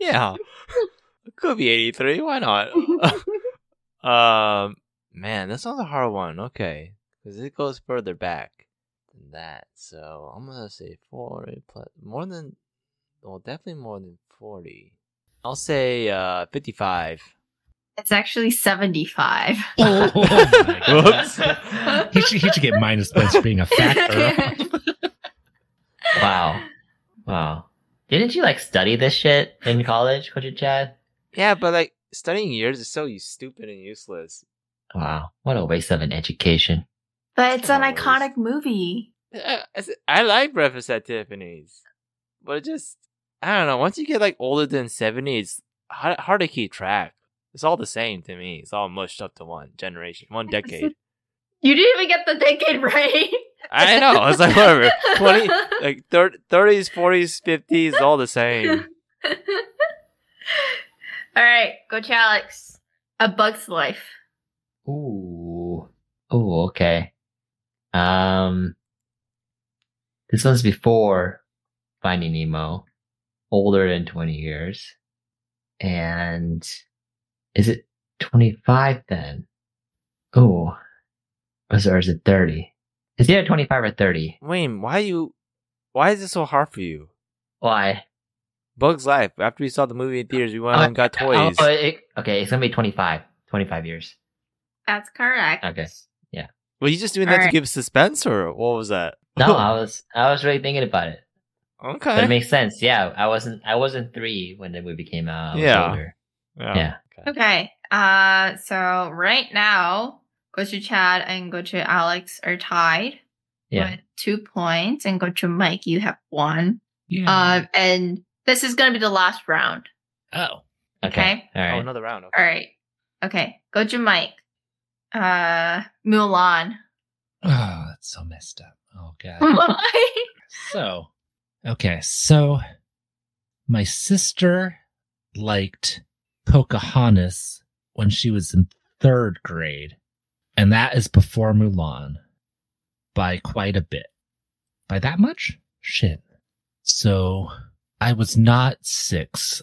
Speaker 3: yeah, Oh, could be eighty three. Why not? um, man, this one's a hard one. Okay, because it goes further back than that. So I'm gonna say forty plus more than, well, definitely more than forty. I'll say uh fifty five.
Speaker 5: It's actually 75.
Speaker 4: oh my god
Speaker 3: Whoops.
Speaker 4: he should, he should get minus points for being a fat girl
Speaker 1: Wow. Wow. Didn't you like study this shit in college, Coach Chad?
Speaker 3: Yeah, but like studying years is so stupid and useless.
Speaker 1: Wow. What a waste of an education.
Speaker 5: but it's an
Speaker 3: Always.
Speaker 5: iconic movie.
Speaker 3: Uh, I, I like breakfast at Tiffany's, but it just I don't know. Once you get like older than seventy, it's hard, hard to keep track. It's all the same to me. It's all mushed up to one generation, one decade.
Speaker 5: You didn't even get the decade right.
Speaker 3: I know. It's like whatever. Twenty, like thirties, forties, fifties, all the same.
Speaker 5: All right. Go to Alex. A Bug's Life.
Speaker 1: Ooh. Ooh, okay. Um This one's before Finding Nemo. Older than 20 years. And is it 25 then? Ooh. Or is it, or is it 30? Is it either 25 or 30?
Speaker 3: Wayne, why you? Why is it so hard for you?
Speaker 1: Why?
Speaker 3: Bugs Life. After we saw the movie in theaters, we went and got
Speaker 1: Oh,
Speaker 3: toys.
Speaker 1: oh, it, okay, it's gonna be 25. 25 years.
Speaker 5: That's correct.
Speaker 1: Okay.
Speaker 3: Were you just doing that to
Speaker 5: Alright.
Speaker 3: give suspense, or what was that?
Speaker 1: No, I was I was really thinking about it. But it
Speaker 3: okay.
Speaker 1: makes sense. Yeah, I wasn't I wasn't three when the movie came out. I was
Speaker 3: Yeah.
Speaker 1: older. yeah.
Speaker 3: Okay.
Speaker 5: Okay. Uh, so right now, Gochu Chad and Gochu Alex are tied
Speaker 1: Yeah.
Speaker 5: with two points, and Gochu Mike, you have one.
Speaker 1: Hmm.
Speaker 5: Um, and this is going to be the last round.
Speaker 4: oh
Speaker 1: Okay. All
Speaker 3: Oh,
Speaker 1: right.
Speaker 3: another round. Okay.
Speaker 5: All right. Okay. Gochu Mike. Uh, Mulan.
Speaker 4: oh that's so messed up oh god
Speaker 1: Uh,
Speaker 5: Why?
Speaker 4: So, okay, so my sister liked Pocahontas when she was in third grade, and that is before Mulan by quite a bit. By that much? Shit. So I was not six,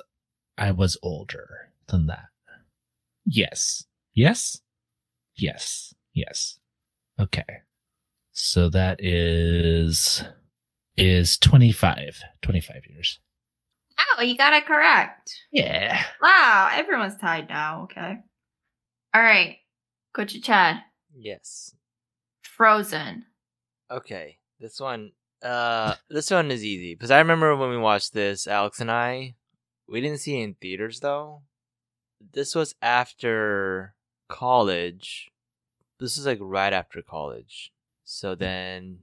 Speaker 4: I was older than that. Yes. Yes. Yes. Yes. Okay. So that is is 25 25 years
Speaker 5: oh, you got it correct.
Speaker 4: yeah
Speaker 5: Wow, everyone's tied now. Okay. All right. Gochu Chad.
Speaker 3: Yes.
Speaker 5: Frozen.
Speaker 3: Okay. This one. Uh, this one is easy because I remember when we watched this, Alex and I, we didn't see it in theaters though. This was after college. This is like right after college. So then,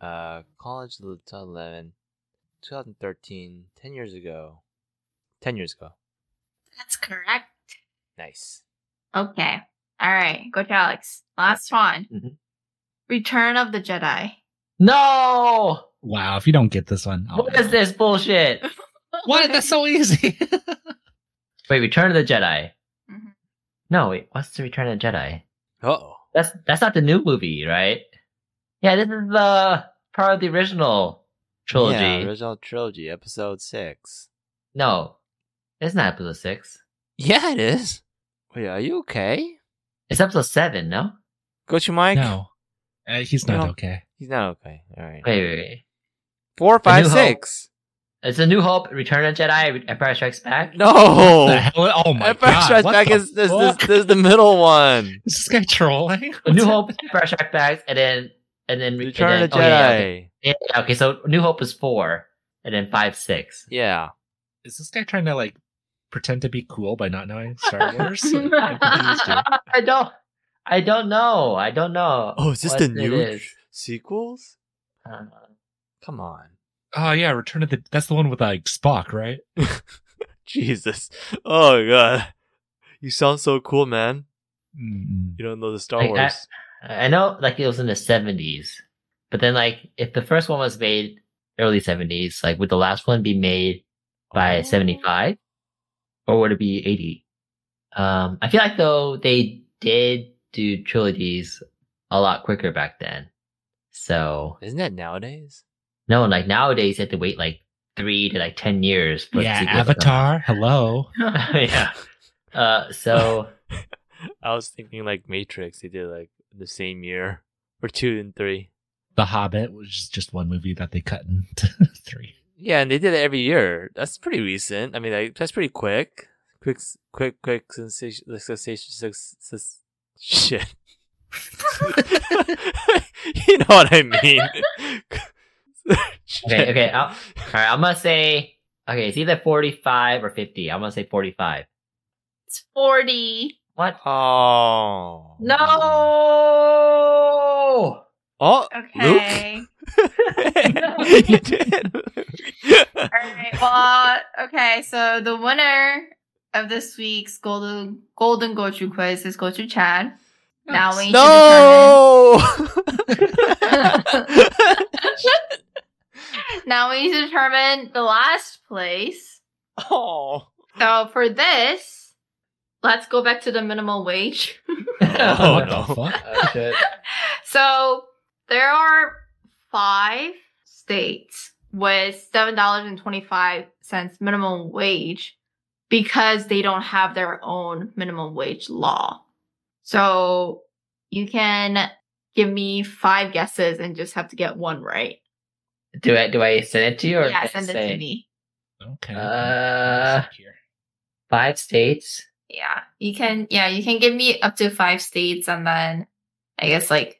Speaker 3: uh, college to 11, 2013, 10 years ago. 10 years ago.
Speaker 5: That's correct.
Speaker 3: Nice.
Speaker 5: Okay. All right. Go to Alex. Last one.
Speaker 1: Mhm.
Speaker 5: Return of the Jedi.
Speaker 1: No.
Speaker 4: wow if you don't get this one, oh,
Speaker 1: What is this bullshit?
Speaker 4: what that's so easy
Speaker 1: Wait, Return of the Jedi.
Speaker 5: Mhm.
Speaker 1: No, wait. What's the Return of the Jedi?
Speaker 3: Uh oh.
Speaker 1: That's that's not the new movie, right? Yeah, this is the part of the original trilogy.
Speaker 3: Yeah, original trilogy, episode six.
Speaker 1: no, it's not episode six.
Speaker 3: Yeah, it is. Wait, are you okay?
Speaker 1: It's episode seven. No.
Speaker 3: Go to Mike.
Speaker 4: no uh, he's not
Speaker 3: No.
Speaker 4: okay
Speaker 3: He's not okay. All right.
Speaker 1: Wait, wait, wait.
Speaker 3: Four, five,
Speaker 1: New Hope.
Speaker 3: six.
Speaker 1: It's a New Hope, Return of Jedi, Empire Strikes Back.
Speaker 4: What the
Speaker 3: No.
Speaker 4: hell? Oh my
Speaker 3: Empire
Speaker 4: god!
Speaker 3: Strikes
Speaker 4: what
Speaker 3: Back
Speaker 4: the
Speaker 3: is this, this,
Speaker 4: fuck?
Speaker 3: this is the middle one.
Speaker 4: Is this guy trolling?
Speaker 1: A New Hope, Empire Strikes Back, and then and then and
Speaker 3: Return of the
Speaker 1: then- oh, yeah, okay.
Speaker 3: Jedi.
Speaker 1: Yeah, okay, so New Hope is four, and then five, six.
Speaker 3: Yeah.
Speaker 4: Is this guy trying to like pretend to be cool by not knowing Star Wars? I'm confused here.
Speaker 1: I don't, I don't know. I don't know.
Speaker 3: Oh, is this
Speaker 1: what
Speaker 3: the
Speaker 1: it
Speaker 3: new
Speaker 1: is.
Speaker 3: sequels?
Speaker 1: Uh,
Speaker 3: Come on.
Speaker 4: Oh yeah, Return of the. That's the one with like Spock, right?
Speaker 3: Jesus. Oh my god. You sound so cool, man.
Speaker 4: Mm-mm.
Speaker 3: You don't know the Star
Speaker 1: Like, I-
Speaker 3: Wars.
Speaker 1: I know, like it was in the seventies, but then like if the first one was made early seventies, like would the last one be made by
Speaker 3: Oh.
Speaker 1: seventy five, or would it be eighty? Um, I feel like though they did do trilogies a lot quicker back then, so
Speaker 3: Isn't that nowadays?
Speaker 1: no, like nowadays you have to wait like three to like ten years. for a
Speaker 4: Yeah,
Speaker 1: sequel to come out.
Speaker 4: Avatar. Hello.
Speaker 1: yeah. Uh, so
Speaker 3: I was thinking like Matrix. They did like the same year or two and three.
Speaker 4: The Hobbit, which is just one movie that they cut into three.
Speaker 3: Yeah, and they did it every year. That's pretty recent. I mean, like, that's pretty quick. Quick, s- quick, quick sensation, like, sensation, sus- sus- shit. you know what I mean?
Speaker 1: okay, okay. I'll, all right, I'm gonna say okay. It's either 45 or 50. I'm gonna say 45.
Speaker 5: It's 40.
Speaker 1: What?
Speaker 3: Oh
Speaker 1: No.
Speaker 3: Oh,
Speaker 5: Okay.
Speaker 3: Luke, you did.
Speaker 5: All right. Well, okay. So the winner of this week's golden golden gochu quiz is gochu Chad. Now we need
Speaker 3: no.
Speaker 5: to determine. now we need to determine the last place.
Speaker 3: oh.
Speaker 5: So for this, let's go back to the minimum wage.
Speaker 3: Oh,
Speaker 4: what
Speaker 3: no.
Speaker 4: the fuck?
Speaker 1: Oh, shit.
Speaker 5: So there are five states with seven dollars and twenty five cents minimum wage because they don't have their own minimum wage law. So you can give me five guesses and just have to get one right.
Speaker 1: Do I do I send it to you or
Speaker 5: yeah,
Speaker 1: just
Speaker 5: send it
Speaker 1: say-
Speaker 5: to me.
Speaker 4: Okay.
Speaker 1: Uh, Five states.
Speaker 5: Yeah, you can. Yeah, you can give me up to five states, and then I guess like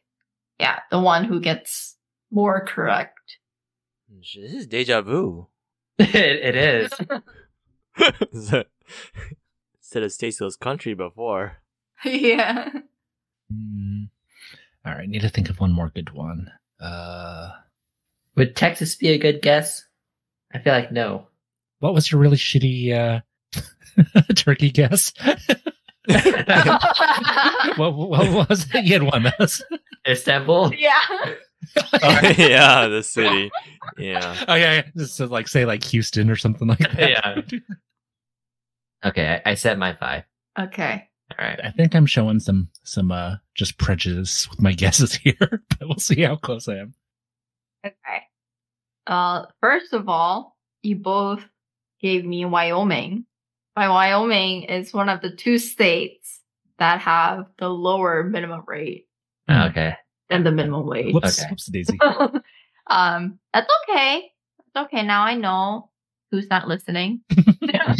Speaker 5: yeah, the one who gets more correct.
Speaker 3: This is deja vu.
Speaker 1: it, it is.
Speaker 3: Said a states it was country before.
Speaker 5: yeah.
Speaker 4: Mm. All right, need to think of one more good one. Uh,
Speaker 1: Would Texas be a good guess? I feel like no.
Speaker 4: what was your really shitty uh, turkey guess? what, what was it? You had one. That was-
Speaker 1: Istanbul.
Speaker 5: yeah.
Speaker 3: yeah, the city. Yeah.
Speaker 4: oh yeah, yeah. Just to, like say like Houston or something like that.
Speaker 1: Yeah. Okay, I, I set my five.
Speaker 5: Okay.
Speaker 1: All right.
Speaker 4: I think I'm showing some some uh just prejudice with my guesses here, but we'll see how close I am.
Speaker 5: Okay. Uh, first of all, you both gave me Wyoming. My Wyoming is one of the two states that have the lower minimum rate
Speaker 1: Okay.
Speaker 5: than the minimum wage.
Speaker 4: Whoops,
Speaker 1: Okay.
Speaker 4: whoops, Daisy.
Speaker 5: um, that's okay. That's okay. Now I know who's not listening.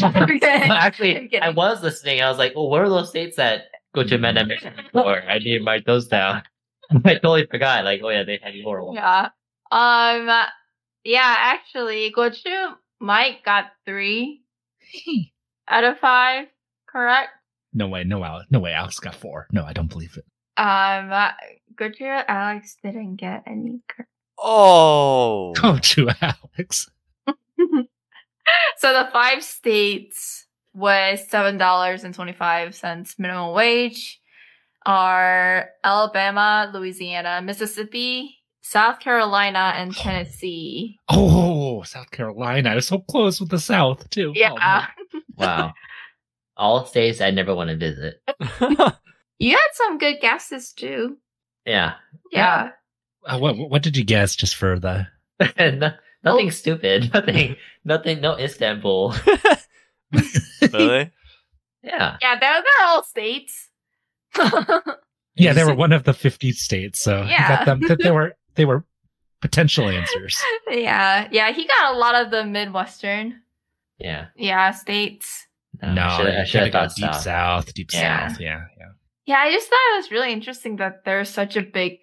Speaker 1: Well,
Speaker 5: okay. I'm
Speaker 1: actually,
Speaker 5: kidding.
Speaker 1: I was listening. I was like, "Well, where are those states that go to Amanda mentioned before? I need to write those down." I totally forgot. Like, oh yeah, they had horrible.
Speaker 5: Yeah. Um. Yeah. Actually, Gochu Mike got three out of five. Correct.
Speaker 4: no way, no Al, no way. Alex got four. No, I don't believe it.
Speaker 5: Um, uh, Gertrude Alex didn't get any. cor-
Speaker 3: Oh.
Speaker 4: Oh, two Alex.
Speaker 5: So the five states with seven dollars and twenty five cents minimum wage are Alabama, Louisiana, Mississippi, South Carolina, and Tennessee.
Speaker 4: Oh, South Carolina. I was so close with the South too.
Speaker 5: Yeah,
Speaker 4: Oh, man.
Speaker 1: Wow. All states I never want to visit.
Speaker 5: you had some good guesses too.
Speaker 1: Yeah.
Speaker 5: Yeah,
Speaker 4: Uh, what what did you guess just for the?
Speaker 1: No- nothing
Speaker 5: Oh.
Speaker 1: stupid. Nothing. Nothing. No Istanbul.
Speaker 3: really?
Speaker 1: Yeah.
Speaker 5: yeah, they're, they're all states.
Speaker 4: Yeah, they
Speaker 3: You
Speaker 4: were
Speaker 3: said-
Speaker 4: one of the fifty states. So you
Speaker 5: Yeah.
Speaker 4: got them. That they were they were potential answers.
Speaker 5: yeah, yeah. He got a lot of the Midwestern,
Speaker 1: Yeah.
Speaker 5: yeah, states.
Speaker 4: no,
Speaker 1: I should, I
Speaker 4: you
Speaker 1: should have
Speaker 4: gotta go
Speaker 1: thought
Speaker 4: deep
Speaker 1: south.
Speaker 4: south, deep
Speaker 5: Yeah.
Speaker 4: south. Yeah, yeah.
Speaker 5: Yeah, I just thought it was really interesting that there's such a big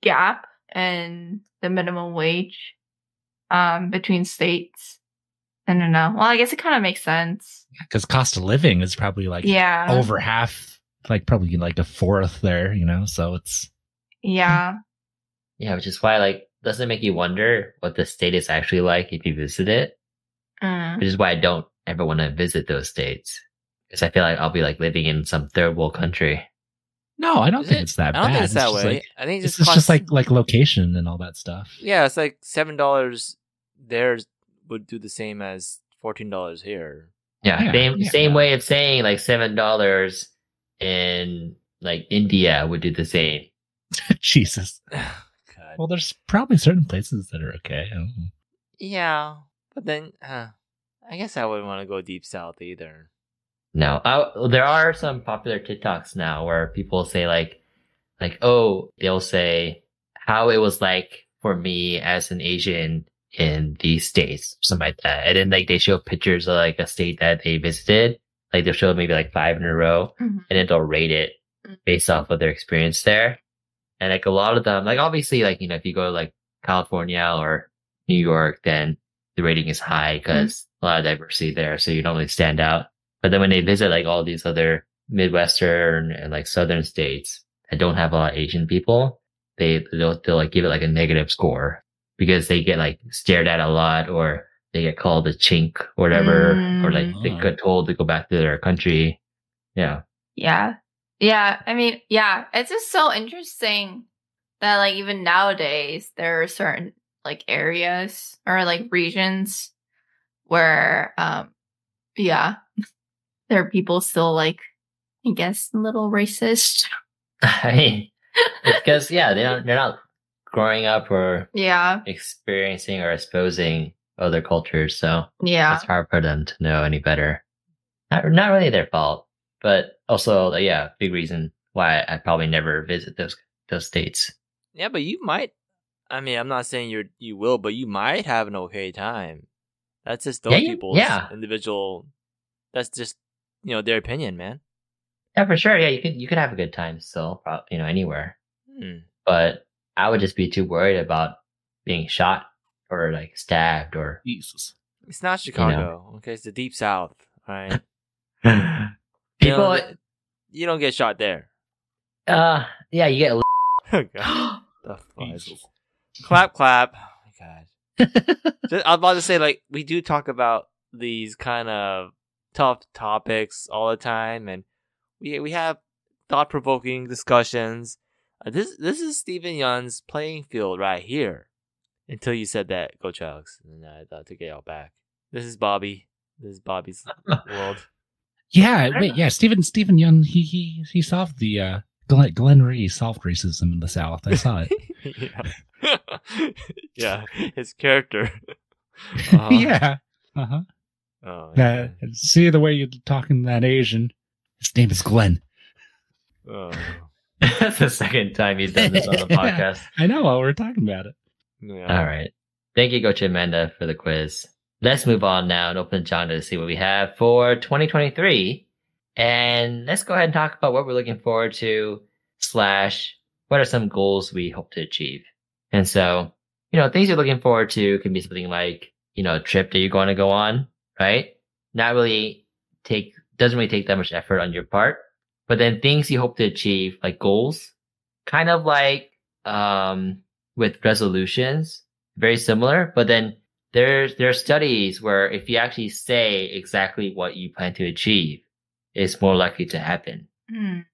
Speaker 5: gap in the minimum wage um, between states. I don't know. Well, I guess it kind of makes sense.
Speaker 4: Because cost of living is probably like oh.
Speaker 5: yeah.
Speaker 4: over half, like probably like a fourth there. You know, so it's
Speaker 5: Yeah.
Speaker 1: Yeah, which is why like doesn't it make you wonder what the state is actually like if you visit it?
Speaker 5: Mm.
Speaker 1: Which is why I don't ever want to visit those states. Because I feel like I'll be like living in some third world country.
Speaker 4: no, I don't
Speaker 3: Is
Speaker 4: think
Speaker 3: it?
Speaker 4: it's that
Speaker 3: I don't
Speaker 4: bad.
Speaker 3: think it's that
Speaker 4: just
Speaker 3: way.
Speaker 4: like-
Speaker 3: I think it
Speaker 4: it's
Speaker 3: just
Speaker 4: just,
Speaker 3: costs,
Speaker 4: just like like location and all that stuff.
Speaker 3: yeah, it's like seven dollars there would do the same as fourteen dollars here.
Speaker 1: Yeah,
Speaker 4: Yeah,
Speaker 1: same
Speaker 4: yeah.
Speaker 1: same way of saying like seven dollars in like India would do the same.
Speaker 4: Jesus.
Speaker 3: God.
Speaker 4: Well, there's probably certain places that are okay. I don't know.
Speaker 3: yeah, but then uh, I guess I wouldn't want to go deep south either.
Speaker 1: No, I, there are some popular TikToks now where people say like, like oh, they'll say how it was like for me as an Asian in these states, something like that, and then like they show pictures of like a state that they visited, like they'll show maybe like five in a row,
Speaker 5: Mhm.
Speaker 1: and then they'll rate it
Speaker 5: Mm-hmm.
Speaker 1: based off of their experience there, and like a lot of them, like obviously like you know if you go to like California or New York, then the rating is high because a lot of diversity there, so you don't really stand out. But then when they visit like all these other Midwestern and like Southern states that don't have a lot of Asian people, they, they'll, they'll like give it like a negative score because they get like stared at a lot or they get called a chink or whatever, or like they
Speaker 4: Mm.
Speaker 1: get told to go back to their country. Yeah.
Speaker 5: Yeah. Yeah. I mean, yeah. It's just so interesting that, like, even nowadays, there are certain, like, areas or, like, regions where, um, yeah, there are people still, like, I guess, a little racist.
Speaker 1: I mean, it's because, yeah, they don't, they're not growing up or
Speaker 5: Yeah.
Speaker 1: experiencing or exposing other cultures. So
Speaker 5: Yeah.
Speaker 1: it's hard for them to know any better. Not, not really their fault, but also, uh, yeah, big reason why I probably never visit those those states.
Speaker 3: Yeah, but you might. I mean, I'm not saying you are you will, but you might have an okay time. That's just those
Speaker 1: Yeah, you-
Speaker 3: people's
Speaker 1: yeah.
Speaker 3: individual. That's just you know their opinion, man.
Speaker 1: Yeah, for sure. Yeah, you could you could have a good time still, prob- you know, anywhere.
Speaker 3: Hmm.
Speaker 1: But I would just be too worried about being shot or like stabbed or
Speaker 4: Jesus.
Speaker 3: It's not Chicago, okay? It's the deep south, all right? You
Speaker 1: people.
Speaker 3: don't, you don't get shot there.
Speaker 1: Uh, yeah, you get
Speaker 3: Oh, God. The fudge.
Speaker 4: Jesus.
Speaker 3: Clap, clap. Oh, my God. Just- I was about to say, like, we do talk about these kind of tough topics all the time, and we we have thought provoking discussions. Uh, this this is Stephen Young's playing field right here. Until you said that, go Alex, and I thought to get all back. This is Bobby. This is Bobby's world.
Speaker 4: Yeah, wait, yeah. Stephen Stephen Young, he he he solved the uh Glenn Glenn Ree solved racism in the South. I saw it.
Speaker 3: yeah. yeah, his character. Uh-huh.
Speaker 4: yeah. Uh-huh.
Speaker 3: Oh, yeah.
Speaker 4: That, see the way you're talking to that Asian. His name is Glenn.
Speaker 3: Oh,
Speaker 1: That's the second time he's done this on the podcast.
Speaker 4: I know while we're talking about it.
Speaker 3: yeah.
Speaker 1: All right. Thank you, Coach Amanda, for the quiz. Let's move on now and open the genre to see what we have for 2023. And let's go ahead and talk about what we're looking forward to, slash, what are some goals we hope to achieve? And so, you know, things you're looking forward to can be something like, you know, a trip that you're going to go on, right? Not really take, doesn't really take that much effort on your part, but then things you hope to achieve, like goals, kind of like, um, with resolutions, very similar, but then there's there are studies where if you actually say exactly what you plan to achieve, it's more likely to happen.
Speaker 5: Mm.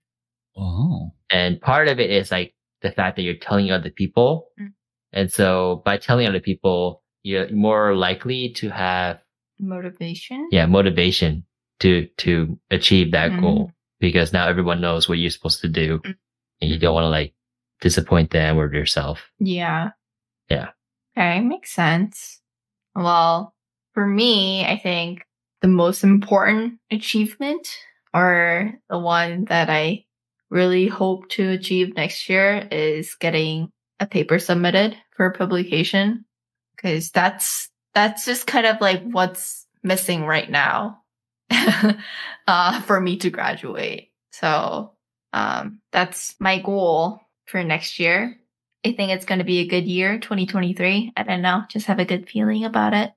Speaker 4: Oh.
Speaker 1: And part of it is like the fact that you're telling other people.
Speaker 5: Mm.
Speaker 1: And so by telling other people, you're more likely to have
Speaker 5: Motivation.
Speaker 1: yeah, motivation to to achieve that
Speaker 5: Mhm.
Speaker 1: goal because now everyone knows what you're supposed to do
Speaker 5: Mm.
Speaker 1: and you don't want to like disappoint them or yourself.
Speaker 5: Yeah.
Speaker 1: Yeah.
Speaker 5: Okay, makes sense. Well, for me, I think the most important achievement or the one that I really hope to achieve next year is getting a paper submitted for publication because that's that's just kind of like what's missing right now uh, for me to graduate. So um, that's my goal for next year. I think it's going to be a good year, 2023. I don't know, just have a good feeling about it.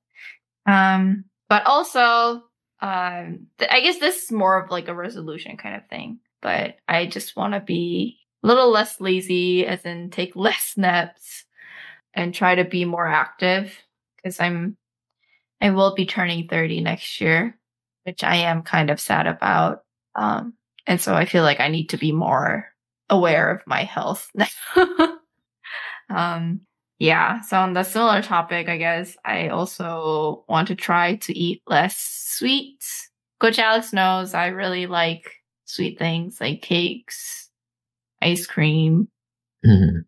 Speaker 5: Um, but also, um, th- I guess this is more of like a resolution kind of thing. But I just want to be a little less lazy, as in take less naps and try to be more active because I'm I will be turning 30 next year, which I am kind of sad about. Um, and so I feel like I need to be more aware of my health. um, yeah. So on the similar topic, I guess I also want to try to eat less sweets. Coach Alex knows I really like sweet things like cakes, ice cream,
Speaker 1: Mhm.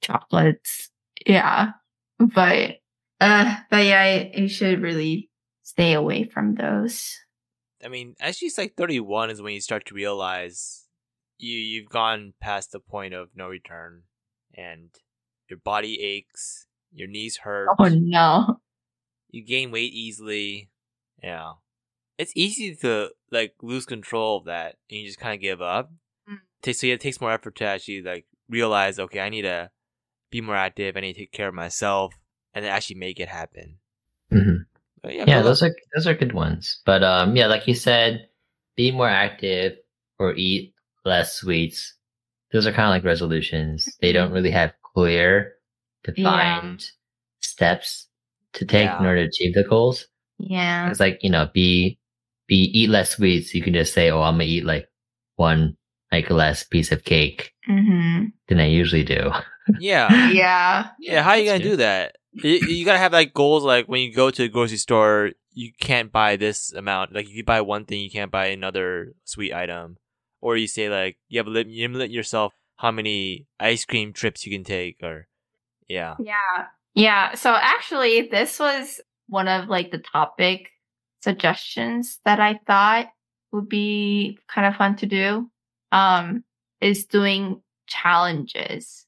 Speaker 5: chocolates. Yeah. But uh but yeah, I, I should really stay away from those.
Speaker 3: I mean, actually, it's like 31 is when you start to realize you you've gone past the point of no return, and your body aches, your knees hurt,
Speaker 5: Oh no.
Speaker 3: you gain weight easily. Yeah, it's easy to like lose control of that, and you just kind of give up.
Speaker 5: Mm.
Speaker 3: Ta- So yeah, it takes more effort to actually like realize, okay, I need to be more active. I need to take care of myself, and then actually make it happen.
Speaker 1: Mhm.
Speaker 3: But yeah,
Speaker 1: Yeah,
Speaker 3: but-
Speaker 1: those are those are good ones. But um, yeah, like you said, be more active or eat less sweets. Those are kind of like resolutions. They
Speaker 3: Mm-hmm.
Speaker 1: don't really have clear, defined steps to take
Speaker 3: Yeah. Mm-hmm.
Speaker 1: in order to achieve the goals.
Speaker 5: Yeah.
Speaker 1: It's like you know, be be eat less sweets. You can just say, "Oh, I'm gonna eat like one like less piece of cake
Speaker 5: Mm-hmm.
Speaker 1: than I usually do."
Speaker 3: yeah.
Speaker 5: Yeah.
Speaker 3: Yeah, how are you
Speaker 1: that's
Speaker 3: gonna do that? You, you gotta have like goals. Like when you go to the grocery store, you can't buy this amount. Like if you buy one thing, you can't buy another sweet item. Or you say like you have a lim- you limit yourself how many ice cream trips you can take. Or yeah,
Speaker 5: Yeah. Yeah. So actually this was one of like the topic suggestions that I thought would be kind of fun to do. Um is doing challenges.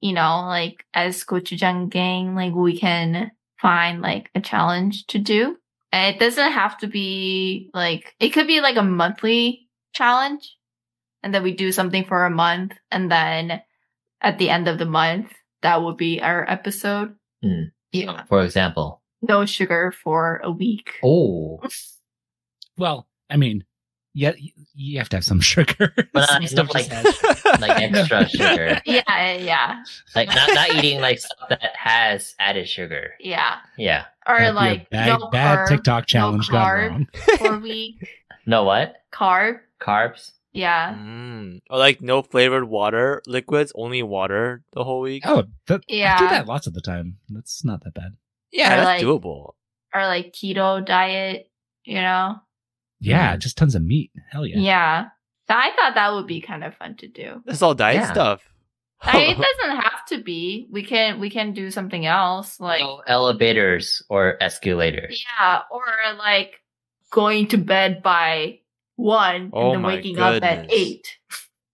Speaker 5: You know, like as Gochujang gang, like we can find like a challenge to do. And it doesn't have to be like it could be like a monthly challenge and then we do something for a month and then at the end of the month that would be our episode.
Speaker 1: Mm.
Speaker 5: Yeah.
Speaker 1: For example,
Speaker 5: No sugar for a week.
Speaker 1: oh,
Speaker 4: Well, I mean, yeah, y- you have to have some sugar.
Speaker 1: But
Speaker 4: Some
Speaker 1: I
Speaker 4: stuff
Speaker 1: don't
Speaker 4: just
Speaker 1: like-
Speaker 4: has-
Speaker 1: like extra sugar,
Speaker 5: Yeah, yeah,
Speaker 1: like not not eating like stuff that has added sugar.
Speaker 5: yeah.
Speaker 1: Yeah,
Speaker 5: Or
Speaker 4: that'd be a
Speaker 5: like
Speaker 4: bad,
Speaker 5: no
Speaker 4: bad
Speaker 5: carb
Speaker 4: TikTok challenge gone
Speaker 5: carb.
Speaker 4: wrong.
Speaker 5: for a week.
Speaker 1: no what
Speaker 5: Carb,
Speaker 1: carbs?
Speaker 5: yeah,
Speaker 3: Mm. Or like no flavored water liquids, only water the whole week.
Speaker 4: Oh, that, I do
Speaker 5: Yeah.
Speaker 4: that lots of the time. That's not that bad.
Speaker 3: yeah,
Speaker 5: or
Speaker 3: that's
Speaker 5: like-
Speaker 3: doable.
Speaker 5: or like keto diet. You know,
Speaker 4: Yeah, just tons of meat. Hell
Speaker 5: yeah.
Speaker 4: yeah.
Speaker 5: So I thought that would be kind of fun to do.
Speaker 3: That's all diet
Speaker 1: Yeah.
Speaker 3: stuff.
Speaker 5: I mean, it doesn't have to be. We can we can do something else like
Speaker 1: no elevators or escalators.
Speaker 5: yeah, or like going to bed by one
Speaker 3: Oh
Speaker 5: and then
Speaker 3: my
Speaker 5: waking up at
Speaker 3: goodness.
Speaker 5: eight.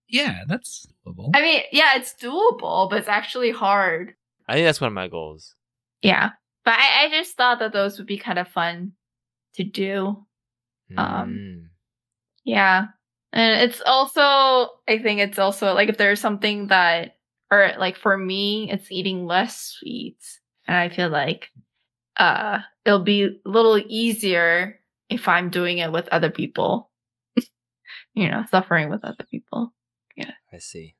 Speaker 4: Yeah, that's doable.
Speaker 5: I mean, yeah, it's doable, but it's actually hard.
Speaker 3: I think that's one of my goals.
Speaker 5: Yeah. But I, I just thought that those would be kind of fun to do. Um,
Speaker 3: Mm.
Speaker 5: Yeah. And it's also, I think it's also like if there's something that, or like for me, it's eating less sweets. And I feel like uh it'll be a little easier if I'm doing it with other people, you know, suffering with other people.
Speaker 3: I see.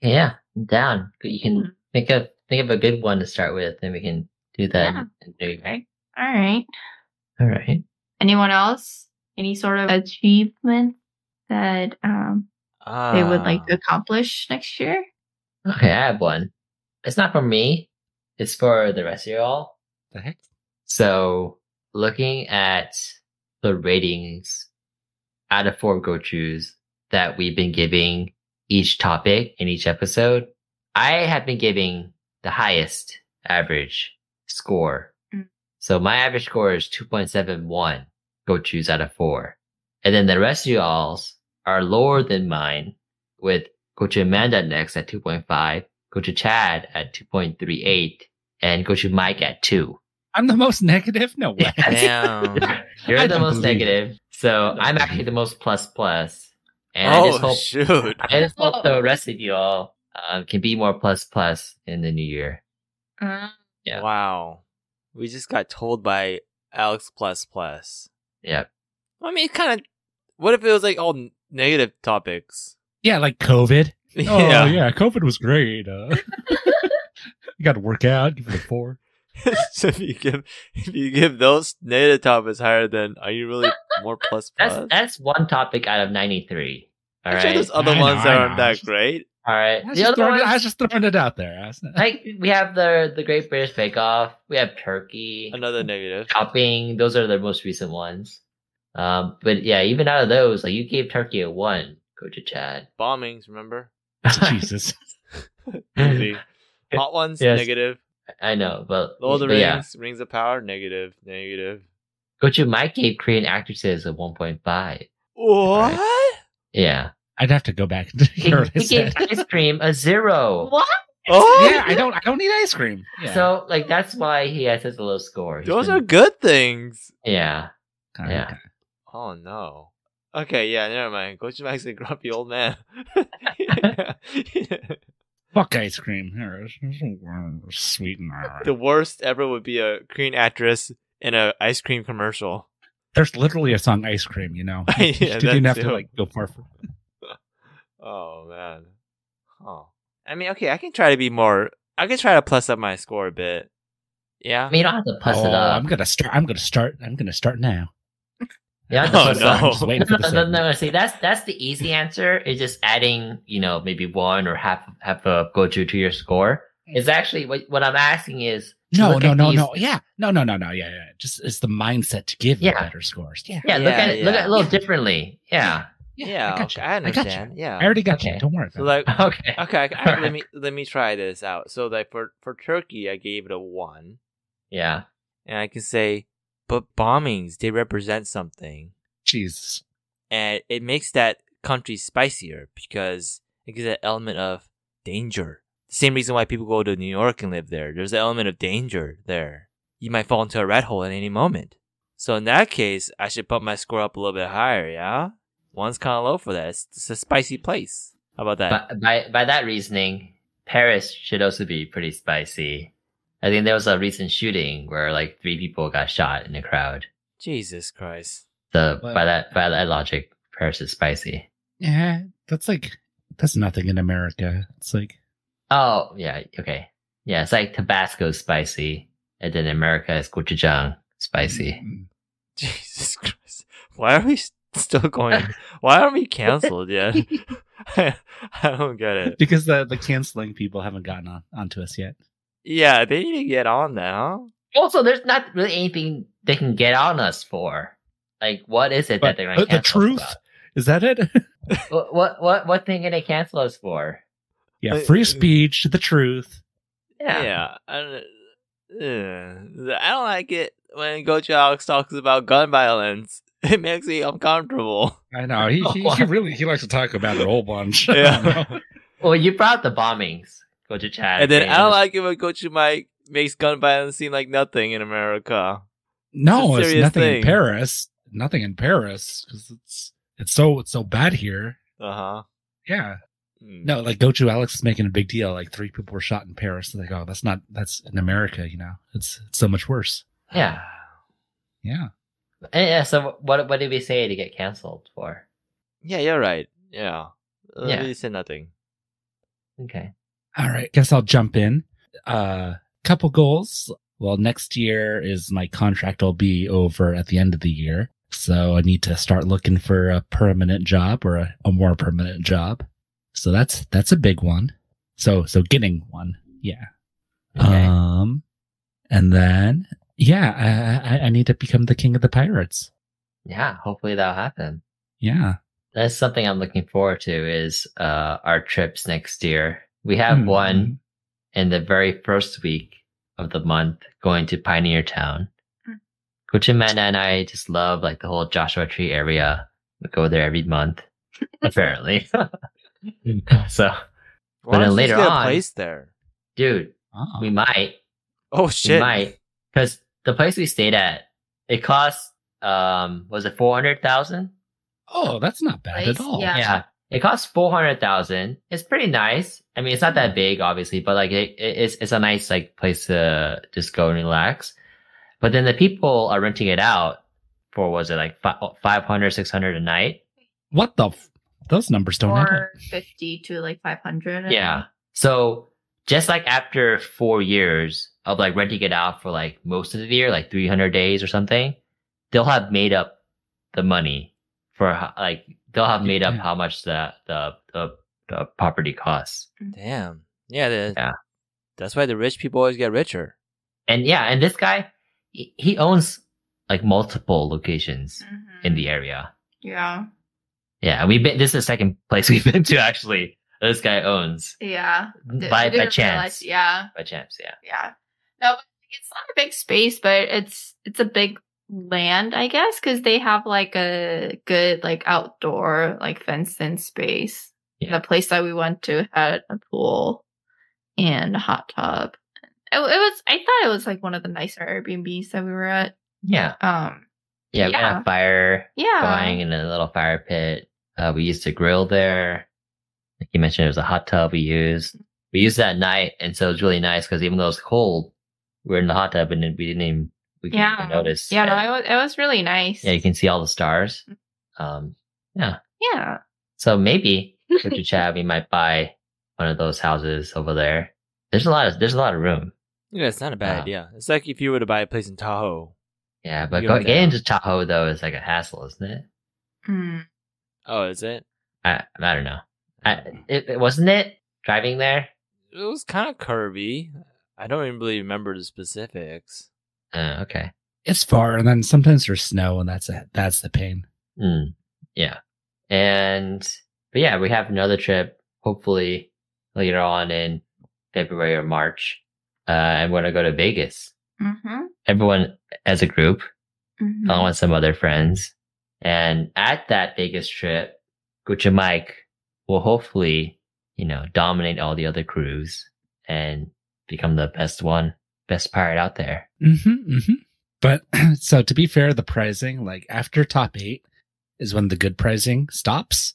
Speaker 1: Yeah, down. You can
Speaker 5: Mhm.
Speaker 1: think of think of a good one to start with, and we can do that.
Speaker 5: Yeah.
Speaker 1: in- in-
Speaker 5: Okay. All right.
Speaker 1: All right.
Speaker 5: Anyone else? Any sort of achievement that um, they would like
Speaker 1: Uh.
Speaker 5: to
Speaker 3: Ah.
Speaker 5: accomplish next year?
Speaker 1: Okay, I have one. It's not for me. It's for the rest of y'all.
Speaker 4: the heck?
Speaker 1: So, looking at the ratings out of four go-tos that we've been giving each topic in each episode, I have been giving the highest average score.
Speaker 5: Mm.
Speaker 1: So my average score is 2.71 go-tos out of four. And then the rest of y'all's are lower than mine with go-to Amanda next at 2.5, go to Chad at 2.38, and go to Mike at 2.
Speaker 4: I'm the most negative. No way.
Speaker 3: Damn.
Speaker 1: You're
Speaker 4: I
Speaker 1: the
Speaker 4: don't
Speaker 1: most
Speaker 4: believe it.
Speaker 1: negative. So I'm actually the most plus plus. And I just
Speaker 3: oh
Speaker 1: hope
Speaker 3: shoot!
Speaker 1: I just hope the rest of you all um, can be more plus plus in the new year.
Speaker 5: Uh,
Speaker 1: Yeah.
Speaker 3: Wow, we just got told by Alex plus plus.
Speaker 1: Yeah.
Speaker 3: I mean, kind of. What if it was like all n- negative topics?
Speaker 4: Yeah, like COVID. Oh yeah, COVID was great. Uh, you got to work out. Give it a four.
Speaker 3: so if you give if you give those negative topics higher than are you really more plus
Speaker 1: That's
Speaker 3: plus?
Speaker 1: that's one topic out of 93. All
Speaker 3: I'm sure
Speaker 1: right.
Speaker 3: there's other
Speaker 4: I know,
Speaker 3: ones
Speaker 4: I
Speaker 3: that
Speaker 4: know.
Speaker 3: aren't that great.
Speaker 1: all right.
Speaker 4: I was,
Speaker 1: The
Speaker 4: just
Speaker 1: other
Speaker 4: throwing, it, I
Speaker 1: ones,
Speaker 4: was just throwing it out there. I was-
Speaker 1: like we have the the Great British Bake Off. We have Turkey.
Speaker 3: Another negative.
Speaker 1: shopping. Those are the most recent ones. Um, but yeah, even out of those, like you gave Turkey a one. Go to Chad.
Speaker 3: Bombings, remember?
Speaker 4: Jesus.
Speaker 3: Easy. Hot ones,
Speaker 1: Yes.
Speaker 3: negative.
Speaker 1: I know, but,
Speaker 3: Lord of the
Speaker 1: but
Speaker 3: Rings,
Speaker 1: yeah,
Speaker 3: Rings of Power, negative, negative.
Speaker 1: go to Mike gave Korean actresses a one point five.
Speaker 3: What?
Speaker 1: Yeah,
Speaker 4: I'd have to go back to
Speaker 1: he,
Speaker 4: hear what I
Speaker 1: he gave
Speaker 4: said.
Speaker 1: ice cream a zero.
Speaker 5: what?
Speaker 3: Oh,
Speaker 4: Yeah, I don't. I don't need ice cream. Yeah.
Speaker 1: So like that's why he has such a low score. He's
Speaker 3: those
Speaker 1: been-
Speaker 3: are good things.
Speaker 1: yeah.
Speaker 4: All right,
Speaker 1: yeah.
Speaker 4: okay.
Speaker 3: Oh no. Okay, yeah, never mind. Coach Max is a grumpy old man.
Speaker 4: Fuck ice cream. Here, it's- it's warm, sweetener.
Speaker 3: the worst ever would be a Korean actress in an ice cream commercial.
Speaker 4: There's literally a song "Ice Cream." You know,
Speaker 3: Yeah,
Speaker 4: you didn't
Speaker 3: that's
Speaker 4: have to
Speaker 3: it.
Speaker 4: like go far for.
Speaker 3: Oh man. Oh. I mean, okay, I can try to be more I can try to plus up my score a bit.
Speaker 1: I
Speaker 3: Yeah.
Speaker 1: mean, you don't have to plus
Speaker 4: oh,
Speaker 1: it up.
Speaker 4: I'm gonna start. I'm gonna start. I'm gonna start now.
Speaker 1: Yeah,
Speaker 3: Oh,
Speaker 1: that's
Speaker 3: no.
Speaker 4: I'm just waiting
Speaker 1: No,
Speaker 4: for the
Speaker 1: no,
Speaker 4: segment.
Speaker 1: no, no. See, that's that's the easy answer. Is just adding, you know, maybe one or half half a go to to your score. It's actually what what I'm asking is
Speaker 4: No,
Speaker 1: look
Speaker 4: no,
Speaker 1: at
Speaker 4: no,
Speaker 1: these-
Speaker 4: no. Yeah. No, no, no, no. Yeah, yeah. Just it's the mindset to give you
Speaker 1: Yeah.
Speaker 4: better scores. Yeah.
Speaker 1: Yeah, look
Speaker 3: Yeah,
Speaker 1: at it, look at it a little
Speaker 4: yeah.
Speaker 1: differently. Yeah.
Speaker 3: Yeah,
Speaker 4: I got
Speaker 3: okay,
Speaker 4: you.
Speaker 3: I
Speaker 4: I got you.
Speaker 3: understand. yeah.
Speaker 4: I already got
Speaker 1: Okay.
Speaker 4: you. Don't worry. About
Speaker 3: so like
Speaker 1: Okay.
Speaker 3: okay, I, I,
Speaker 1: Alright.
Speaker 3: let me let me try this out. So like for for Turkey, I gave it a 1.
Speaker 1: Yeah.
Speaker 3: and I can say, but bombings, they represent something.
Speaker 4: it. Jesus.
Speaker 3: And it makes that country spicier because it gives that element of danger. The same reason why people go to New York and live there. There's an element of danger there. You might fall into a rat hole at any moment. So in that case, I should bump my score up a little bit higher, yeah? One's kind of low for that. It's, it's a spicy place. How about that?
Speaker 1: By, by by that reasoning, Paris should also be pretty spicy. I think there was a recent shooting where like three people got shot in a crowd.
Speaker 3: Jesus Christ.
Speaker 1: So
Speaker 4: Well-
Speaker 1: by that by that logic, Paris is spicy.
Speaker 4: Yeah. That's like that's nothing in America. It's like
Speaker 1: Oh yeah, okay. Yeah, it's like Tabasco's spicy, and then America is gochujang spicy.
Speaker 4: mm,
Speaker 3: Jesus Christ. Why are we s- still going? Why are we canceled yet? I, I don't get it.
Speaker 4: because the the canceling people haven't gotten on onto us yet.
Speaker 3: Yeah, they need to get on that, huh?
Speaker 1: Also, there's not really anything they can get on us for. Like, what is it that
Speaker 4: But
Speaker 1: they're
Speaker 4: the,
Speaker 1: going to
Speaker 4: the truth is that it?
Speaker 1: What what what, what thing can they cancel us for?
Speaker 4: yeah.
Speaker 3: Uh,
Speaker 4: Free speech. The truth.
Speaker 1: Yeah.
Speaker 3: I don't, Ugh. I don't like it when Gojo Alex talks about gun violence. It makes me uncomfortable.
Speaker 4: I know. He, he, he really he likes to talk about it a whole bunch.
Speaker 3: Yeah.
Speaker 1: Well, you brought the bombings. Go to Chad.
Speaker 3: and then I
Speaker 1: James.
Speaker 3: don't like it when Gojo Mike makes gun violence seem like nothing in America.
Speaker 4: No,
Speaker 3: It's a
Speaker 4: it's,
Speaker 3: serious
Speaker 4: nothing
Speaker 3: thing.
Speaker 4: in Paris. Nothing in Paris because it's it's so it's so bad here.
Speaker 3: Uh huh.
Speaker 4: Yeah.
Speaker 3: Hmm.
Speaker 4: No, like Gochu Alex is making a big deal. Like three people were shot in Paris. Like, oh, that's not that's in America. You know, it's it's so much worse.
Speaker 1: Yeah.
Speaker 4: Yeah.
Speaker 1: Eh, yeah. So what what did we say to get canceled for?
Speaker 3: Yeah, you're right. Yeah. Uh,
Speaker 1: Yeah.
Speaker 3: You said nothing.
Speaker 1: Okay.
Speaker 4: All right. Guess I'll jump in. Uh, couple goals. Well, next year is my contract will be over at the end of the year, so I need to start looking for a permanent job or a, a more permanent job. So that's that's a big one. So so getting one. Yeah.
Speaker 1: Okay.
Speaker 4: Um, and then yeah, I, I I need to become the king of the pirates.
Speaker 1: yeah. Hopefully that'll happen.
Speaker 4: Yeah,
Speaker 1: That's something I'm looking forward to is uh, our trips next year. We have
Speaker 4: Hmm.
Speaker 1: one in the very first week of the month going to Pioneer Town.
Speaker 5: Hmm.
Speaker 1: Kuchimanda and I just love like the whole Joshua Tree area. We go there every month, apparently. so But then
Speaker 3: Honestly,
Speaker 1: later
Speaker 3: get a
Speaker 1: on-
Speaker 3: place there.
Speaker 1: Dude,
Speaker 4: Oh.
Speaker 1: we might.
Speaker 3: Oh
Speaker 1: We
Speaker 3: shit!
Speaker 1: might. Because the place we stayed at, it cost, um, was it 400000
Speaker 4: oh, that's not bad
Speaker 5: Place?
Speaker 4: at all.
Speaker 5: Yeah.
Speaker 1: Yeah. It costs 400000 It's pretty nice. I mean, it's not that big, obviously, but like it, it, it's, it's a nice like place to just go and relax. But then the people are renting it out for, was it like fi- 500, 600 a night?
Speaker 4: What the? F- Those numbers don't add up.
Speaker 5: Or fifty to like five hundred.
Speaker 1: Yeah. So just like after four years of like renting it out for like most of the year, like 300 days or something, they'll have made up the money for ho- like, they'll have made up
Speaker 4: Yeah.
Speaker 1: how much the, the, the, the property costs.
Speaker 3: Damn. Yeah. The,
Speaker 1: Yeah.
Speaker 3: That's why the rich people always get richer.
Speaker 1: And yeah, and this guy, he he owns like multiple locations
Speaker 5: Mhm.
Speaker 1: in the area.
Speaker 5: yeah.
Speaker 1: Yeah. And we've been, this is the second place we've been to actually. that This guy owns
Speaker 5: Yeah. Th- I
Speaker 1: by, by
Speaker 5: didn't
Speaker 1: chance.
Speaker 5: realize- yeah.
Speaker 1: By chance. Yeah.
Speaker 5: Yeah. No, but it's not a big space, but it's it's a big land, I guess, because they have like a good like outdoor like fenced in space.
Speaker 1: Yeah.
Speaker 5: The place that we went to had a pool and a hot tub. It, it was I thought it was like one of the nicer Airbnbs that we were at.
Speaker 1: Yeah.
Speaker 5: Um.
Speaker 1: Yeah. We had
Speaker 5: Yeah.
Speaker 1: a fire.
Speaker 5: Yeah.
Speaker 1: flying in a little fire pit. Uh, we used to grill there. Like you mentioned, there was a hot tub we used. We used that night, and so it was really nice because even though it was cold, we were in the hot tub and then we didn't even we could
Speaker 5: Yeah.
Speaker 1: even notice.
Speaker 5: Yeah.
Speaker 1: And-
Speaker 5: No, it was it was really nice.
Speaker 1: yeah, you can see all the stars.
Speaker 5: Mm-hmm.
Speaker 1: Um,
Speaker 5: Yeah.
Speaker 1: so maybe with your Chad, we might buy one of those houses over there. There's a lot of there's a lot of room.
Speaker 3: Yeah, it's not a bad
Speaker 1: Yeah.
Speaker 3: idea. It's like if you were to buy a place in Tahoe.
Speaker 1: Yeah, but
Speaker 3: You
Speaker 1: go,
Speaker 3: don't
Speaker 1: getting
Speaker 3: know.
Speaker 1: to Tahoe though is like a hassle, isn't it?
Speaker 5: Mm.
Speaker 3: Oh, is it?
Speaker 1: I I don't know. I,
Speaker 3: Mm-hmm.
Speaker 1: it, it wasn't it driving there.
Speaker 3: It was kind of curvy. I don't even really remember the specifics.
Speaker 1: Uh, okay.
Speaker 4: It's far, and then sometimes there's snow, and that's a, that's the pain.
Speaker 1: Mm, yeah. And, but yeah, we have another trip, hopefully later on in February or March. Uh, and we're going to go to Vegas.
Speaker 5: Mhm.
Speaker 1: Everyone as a group,
Speaker 5: Mhm.
Speaker 1: along with some other friends. And at that Vegas trip, Gucci Mike will hopefully, you know, dominate all the other crews and become the best one, best pirate out there.
Speaker 4: Mm-hmm, mm-hmm. But so to be fair, the pricing, like after top eight, is when the good pricing stops.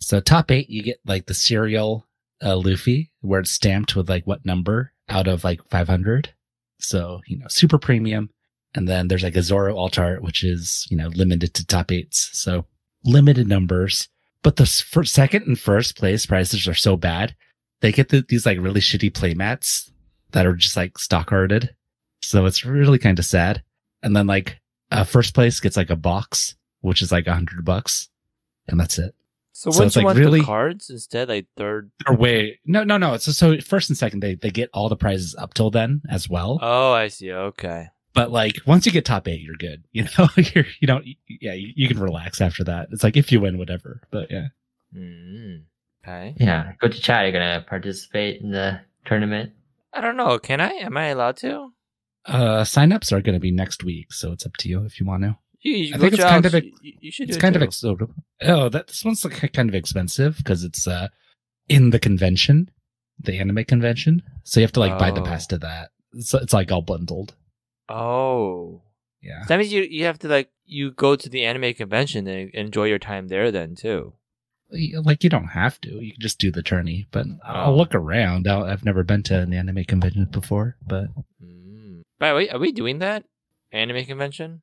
Speaker 4: So top eight, you get like the serial uh, Luffy, where it's stamped with like what number out of like five hundred. So you know, super premium. And then there's like a Zoro Altar, which is you know limited to top eights. So limited numbers. But the s- fir- second and first place prices are so bad. They get the, these like really shitty playmats that are just like stockhearted. So it's really kind of sad. And then like uh, first place gets like a box, which is like a hundred bucks, and that's it.
Speaker 3: So,
Speaker 4: So
Speaker 3: wouldn't
Speaker 4: it's
Speaker 3: you
Speaker 4: like
Speaker 3: want
Speaker 4: really-
Speaker 3: the cards instead? Like third.
Speaker 4: Or wait, no, no, no. So so first and second, they they get all the prizes up till then as well.
Speaker 3: Oh, I see. Okay.
Speaker 4: but like once you get top eight, you're good. You know, you're you don't. Yeah, you, you can relax after that. It's like if you win, whatever. But yeah,
Speaker 3: Mm, okay.
Speaker 1: Yeah. Go to Chad. You're going to participate in the tournament.
Speaker 3: I don't know. Can I? Am I allowed to?
Speaker 4: uh, signups are going to be next week, so it's up to you if you want to.
Speaker 3: You, you
Speaker 4: I think
Speaker 3: go
Speaker 4: it's
Speaker 3: to
Speaker 4: kind
Speaker 3: Alex.
Speaker 4: of a-
Speaker 3: You, you should.
Speaker 4: It's
Speaker 3: do it
Speaker 4: kind of
Speaker 3: too.
Speaker 4: ex- oh that this one's like kind of expensive because it's uh in the convention, the anime convention. So you have to like buy the
Speaker 3: Oh.
Speaker 4: pass to that. So it's like all bundled.
Speaker 3: Oh,
Speaker 4: Yeah.
Speaker 3: that means you you have to like you go to the anime convention and enjoy your time there then too.
Speaker 4: You- Like you don't have to. You can just do the tourney. But I'll
Speaker 3: Oh.
Speaker 4: look around. I'll, I've never been to an anime convention before, but
Speaker 3: Mm. By the way, are we doing that anime convention?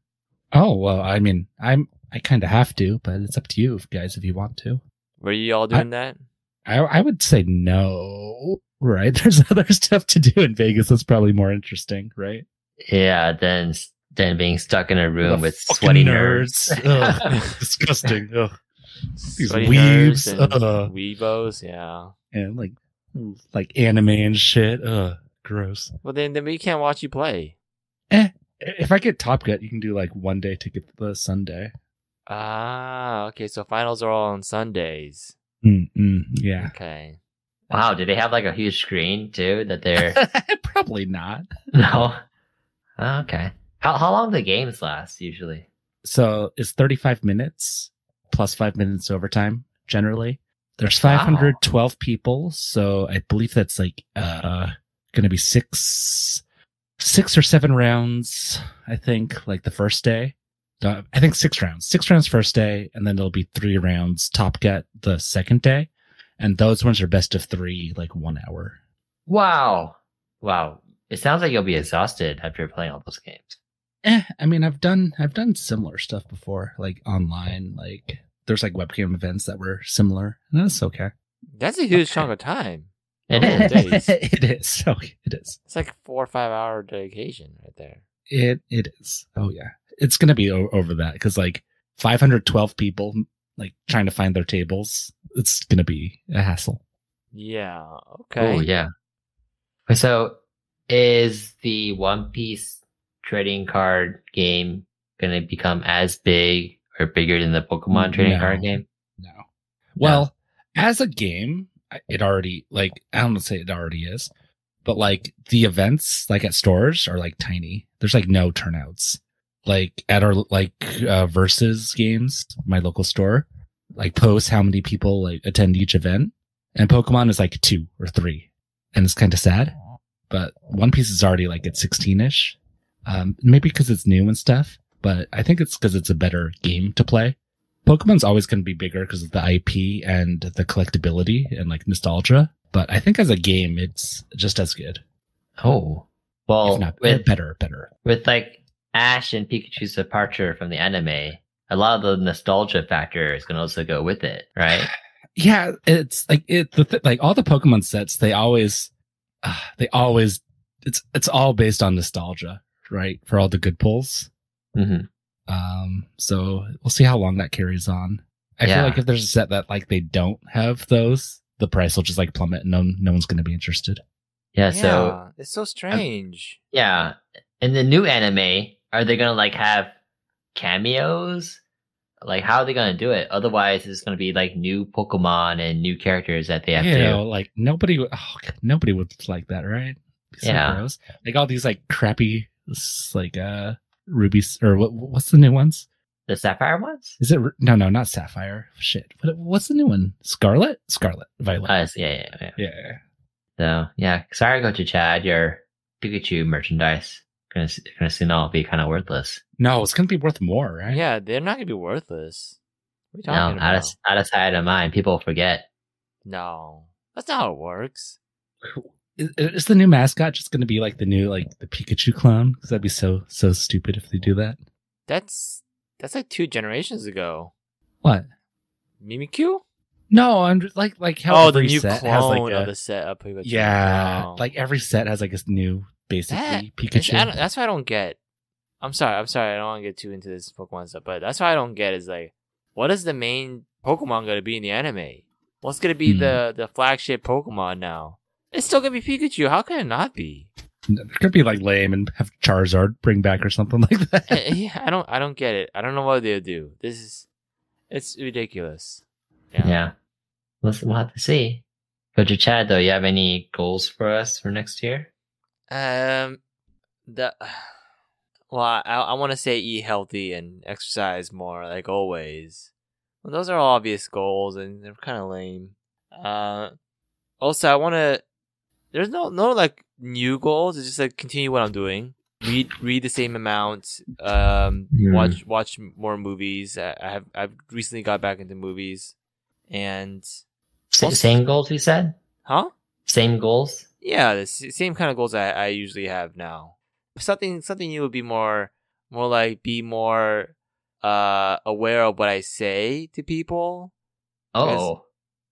Speaker 4: oh well. I mean, I'm I kind of have to, but it's up to you guys if you want to.
Speaker 3: Were you all doing that?
Speaker 4: I I would say no. Right? There's other stuff to do in Vegas that's probably more interesting, right?
Speaker 1: Yeah, then then being stuck in a room
Speaker 4: The
Speaker 1: with
Speaker 4: fucking
Speaker 1: sweaty nerds.
Speaker 4: Ugh, disgusting. Ugh. These
Speaker 3: Sweaty
Speaker 4: weebs,
Speaker 3: nerds and
Speaker 4: uh.
Speaker 3: weebos, yeah.
Speaker 4: And like, like anime and shit. Ugh, gross.
Speaker 3: Well, then then we can't watch you play.
Speaker 4: If I get Top Gun, you can do like one day ticket the Sunday.
Speaker 3: Ah, okay. So finals are all on Sundays.
Speaker 4: Mm-mm, yeah.
Speaker 3: Okay.
Speaker 1: Wow, do they have like a huge screen too that they're
Speaker 4: Probably not.
Speaker 1: no? Oh, okay. How how long do the games last usually?
Speaker 4: So it's 35 minutes plus five minutes overtime generally. There's 512 people, so I believe that's like uh going to be six six or seven rounds, I think, like the first day. Uh, I think six rounds. Six rounds first day and then there'll be three rounds top cut the second day. And those ones are best of 3 like 1 hour.
Speaker 1: Wow. Wow. It sounds like you'll be exhausted after playing all those games.
Speaker 4: Eh, I mean, I've done I've done similar stuff before, like online, like there's like webcam events that were similar, and that's okay.
Speaker 3: That's a huge chunk of time.
Speaker 1: It
Speaker 3: Oh,
Speaker 1: is.
Speaker 3: dang. days.
Speaker 4: it is. Oh, it is.
Speaker 3: It's like four or five hour dedication right there.
Speaker 4: It it is. Oh yeah, it's gonna be o- over that because like 512 people like trying to find their tables. It's gonna be a hassle.
Speaker 3: Yeah. Okay.
Speaker 1: Oh yeah. So is the One Piece trading card game gonna become as big or bigger than the Pokemon trading
Speaker 4: No.
Speaker 1: card game?
Speaker 4: No. Well, as a game, I- it already like I don't wanna say it already is, but like the events like at stores are like tiny. There's like no turnouts. Like at our like uh versus games, my local store, like posts how many people like attend each event, and Pokemon is like two or three, and it's kind of sad. But One Piece is already like at sixteen ish, um, maybe because it's new and stuff. But I think it's because it's a better game to play. Pokemon's always going to be bigger because of the IP and the collectability and like nostalgia. But I think as a game, it's just as good.
Speaker 1: Oh.
Speaker 4: Oh,
Speaker 1: Well
Speaker 4: if not
Speaker 1: with,
Speaker 4: better, better.
Speaker 1: with like Ash and Pikachu's departure from the anime, a lot of the nostalgia factor is gonna also go with it, right?
Speaker 4: Yeah, it's like it. The th- like all the Pokemon sets, they always, uh, they always, it's it's all based on nostalgia, right? For all the good pulls.
Speaker 1: hmm
Speaker 4: Um, so we'll see how long that carries on. I
Speaker 1: Yeah.
Speaker 4: feel like if there's a set that like they don't have those, the price will just like plummet. and No, no one's going to be interested.
Speaker 1: Yeah, so
Speaker 3: Yeah, it's so strange.
Speaker 1: yeah. In the new anime, are they gonna like have cameos? Like how are they gonna do it? Otherwise it's gonna be like new Pokemon and new characters that they have
Speaker 4: you
Speaker 1: to
Speaker 4: know, like nobody, would- oh, God, nobody would like that, right? So
Speaker 1: Yeah.
Speaker 4: gross. Like all these like crappy, s- like uh, rubies or what? What's the new ones?
Speaker 1: The sapphire ones?
Speaker 4: Is it ru- no, no, not sapphire? Shit. What, what's the new one? Scarlet, Scarlet, Violet.
Speaker 3: Uh,
Speaker 1: Us, yeah, yeah, yeah.
Speaker 4: yeah.
Speaker 1: So yeah, sorry, go to Chad. Your Pikachu merchandise gonna gonna soon all be kind of worthless.
Speaker 4: No, it's gonna be worth more, right?
Speaker 3: Yeah, they're not gonna be worthless. What are
Speaker 1: No,
Speaker 3: you talking
Speaker 1: out
Speaker 3: about?
Speaker 1: of out of sight, out of mind. People forget.
Speaker 3: No, that's not how it works.
Speaker 4: Is, is the new mascot just gonna be like the new like the Pikachu clone? Because that'd be so so stupid if they do that.
Speaker 3: That's that's like two generations ago.
Speaker 4: What?
Speaker 3: Mimikyu?
Speaker 4: No, I'm just, like like how
Speaker 3: Oh, the
Speaker 4: every
Speaker 3: new
Speaker 4: set
Speaker 3: clone
Speaker 4: has, like, a-
Speaker 3: of the set up. Pikachu. Oh.
Speaker 4: Yeah,
Speaker 3: Wow.
Speaker 4: like every set has like a new basically
Speaker 3: That-
Speaker 4: Pikachu.
Speaker 3: It's- I don't- that's why I don't get. I'm sorry. I'm sorry. I don't want to get too into this Pokemon stuff, but that's why I don't get is like, what is the main Pokemon going to be in the anime? What's going to be
Speaker 4: Hmm.
Speaker 3: the the flagship Pokemon now? It's still going to be Pikachu. How can it not be?
Speaker 4: It could be like lame and have Charizard bring back or something like
Speaker 3: Eh,
Speaker 4: that.
Speaker 3: eh, yeah, I don't. I don't get it. I don't know what they'll do. This is, it's ridiculous.
Speaker 1: Yeah, Let's, we'll have to see. Go to Chad though. You have any goals for us for next year?
Speaker 3: Um, the well, I I want to say eat healthy and exercise more, like always. Well, those are all obvious goals, and they're kind of lame. Uh, also, I want to. There's no no like new goals. It's just like continue what I'm doing. Read read the same amount. Um,
Speaker 1: Hmm.
Speaker 3: watch watch more movies. I, I have I've recently got back into movies, and
Speaker 1: Sa-
Speaker 3: Also-
Speaker 1: same goals we said.
Speaker 3: huh.
Speaker 1: Same goals.
Speaker 3: Yeah, the s- same kind of goals I, I usually have now. Something something new would be more more like be more uh aware of what I say to people.
Speaker 1: Oh,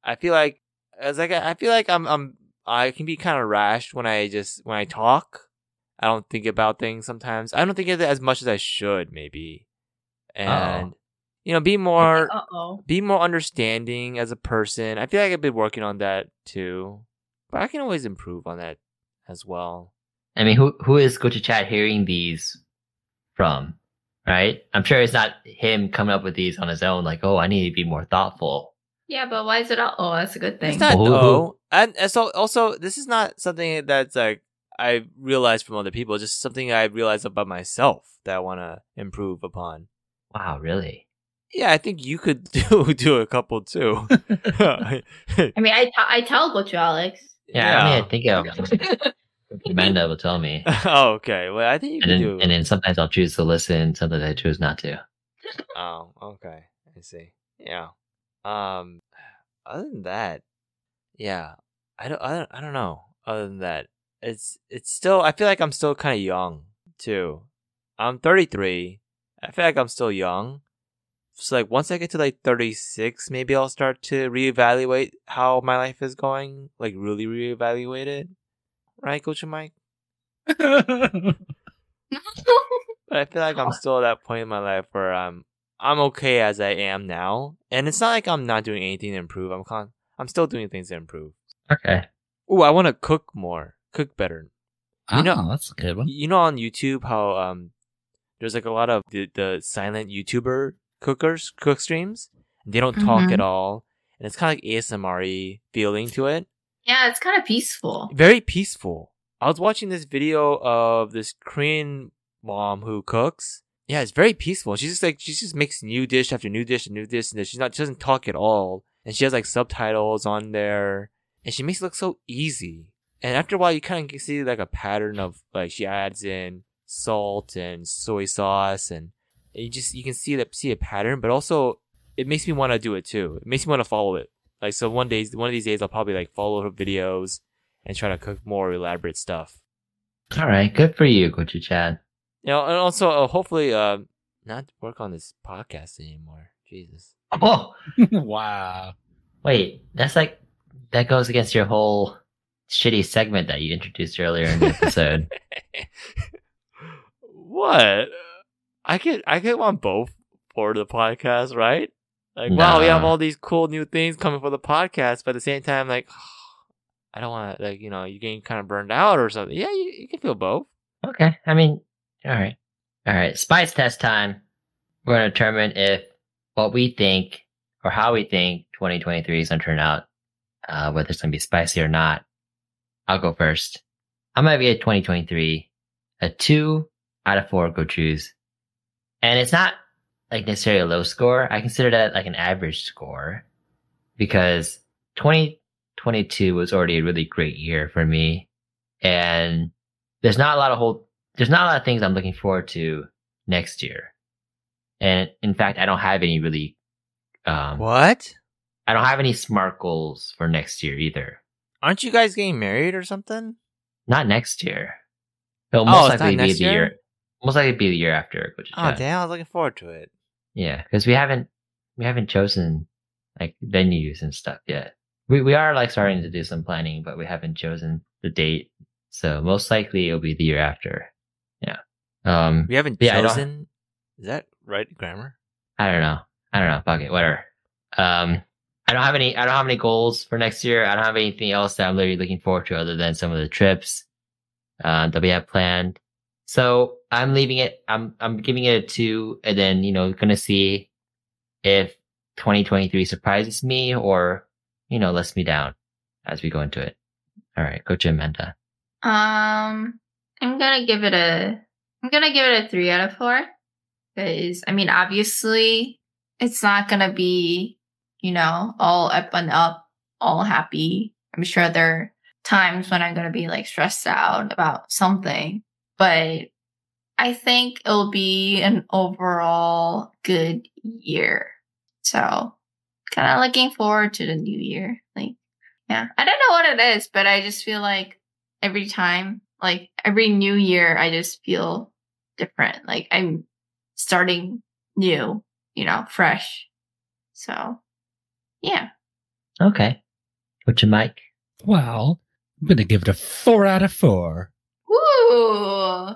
Speaker 3: I feel like as like I feel like I'm I'm I can be kind of rash when I just when I talk. I don't think about things sometimes. I don't think of it as much as I should maybe. And you know, be more
Speaker 5: Uh oh.
Speaker 3: be more understanding as a person. I feel like I've been working on that too, but I can always improve on that as well.
Speaker 1: I mean, who who is Go to Chad hearing these from? Right? I'm sure it's not him coming up with these on his own. Like, oh, I need to be more thoughtful.
Speaker 5: Yeah, but why is it all? Oh, that's a good thing.
Speaker 3: It's not
Speaker 1: Oh.
Speaker 3: though, and and so also this is not something that's like I realized from other people. It's just something I realized about myself that I want to improve upon.
Speaker 1: Wow, really?
Speaker 3: Yeah, I think you could do do a couple too. yeah.
Speaker 5: I mean, I, t- I tell Gochu Alex.
Speaker 1: Yeah, I don't even think of Amanda will tell me.
Speaker 3: oh, okay. Well, I think you
Speaker 1: And
Speaker 3: could
Speaker 1: then,
Speaker 3: do.
Speaker 1: and then sometimes I'll choose to listen, sometimes I choose not to.
Speaker 3: Oh, okay. I see. Yeah. Um. Other than that, yeah. I don't. I don't. I don't know. Other than that, it's it's still. I feel like I'm still kind of young too. I'm 33. I feel like I'm still young. So like once I get to like 36, maybe I'll start to reevaluate how my life is going. Like really reevaluate it. Right, Coach Mike. But I feel like I'm still at that point in my life where I'm I'm okay as I am now, and it's not like I'm not doing anything to improve. I'm con I'm still doing things to improve.
Speaker 1: Okay.
Speaker 3: Ooh, I want to cook more, cook better. You know-
Speaker 6: oh, that's a good one.
Speaker 3: You know, on YouTube, how um, there's like a lot of the, the silent YouTuber cookers, cook streams. They don't talk
Speaker 5: Mhm.
Speaker 3: at all, and it's kind of like ASMR feeling to it.
Speaker 5: Yeah, it's kind of peaceful.
Speaker 3: very peaceful. I was watching this video of this Korean mom who cooks. Yeah, it's very peaceful. She's just like she just makes new dish after new dish and new dish and dish. she's not she doesn't talk at all, and she has like subtitles on there, and she makes it look so easy. And after a while, you kind of see like a pattern of like she adds in salt and soy sauce, and you just you can see that see a pattern. But also, it makes me want to do it too. It makes me want to follow it. Like so, one day, one of these days, I'll probably like follow her videos and try to cook more elaborate stuff.
Speaker 1: All right. Good for you, Gochu Chad.
Speaker 3: You know, and also uh, hopefully uh, not work on this podcast anymore. Jesus.
Speaker 1: Oh,
Speaker 6: wow.
Speaker 1: wait. That's like, that goes against your whole shitty segment that you introduced earlier in the episode.
Speaker 3: what? I could I could want both for the podcast, right? Like, wow, we have
Speaker 1: Nah.
Speaker 3: all these cool new things coming for the podcast, but at the same time, like, I don't want to, like, you know, you're getting kind of burned out or something. Yeah, you, you can feel both.
Speaker 1: Okay. I mean, all right. All right. Spice test time. We're going to determine if what we think or how we think 2023 is going to turn out, uh, whether it's going to be spicy or not. I'll go first. I'm going to give 2023 a two out of four go choose. And it's not like necessarily a low score. I consider that like an average score because 2022 was already a really great year for me. And there's not a lot of whole there's not a lot of things I'm looking forward to next year. And in fact, I don't have any really um
Speaker 3: What?
Speaker 1: I don't have any smart goals for next year either.
Speaker 3: Aren't you guys getting married or something?
Speaker 1: Not next year. It'll most
Speaker 3: Oh, it's not
Speaker 1: likely be
Speaker 3: next
Speaker 1: the year?
Speaker 3: year?
Speaker 1: most likely be the year after, which is
Speaker 3: Oh,
Speaker 1: bad.
Speaker 3: damn, I was looking forward to it.
Speaker 1: Yeah, because we haven't we haven't chosen like venues and stuff yet. We we are like starting to do some planning, but we haven't chosen the date. So most likely it'll be the year after. Yeah. Um
Speaker 3: We haven't
Speaker 1: Yeah, I don't-
Speaker 3: chosen. Is that right grammar?
Speaker 1: I don't know. I don't know. Fuck it. Whatever. Um, I don't have any. I don't have any goals for next year. I don't have anything else that I'm really looking forward to other than some of the trips uh, that we have planned. So I'm leaving it. I'm I'm giving it a two, and then you know gonna see if 2023 surprises me or you know lets me down as we go into it. All right, go to Amanda.
Speaker 5: Um, I'm gonna give it a, I'm gonna give it a three out of four. Because I mean, obviously, it's not gonna be, you know, all up and up, all happy. I'm sure there are times when I'm gonna be like stressed out about something, but I think it'll be an overall good year. So, kind of looking forward to the new year. Like, yeah, I don't know what it is, but I just feel like every time like every new year i just feel different like i'm starting new you know fresh so yeah
Speaker 1: Okay, go to Mike.
Speaker 6: Well, I'm going to give it a four out of four.
Speaker 5: Ooh.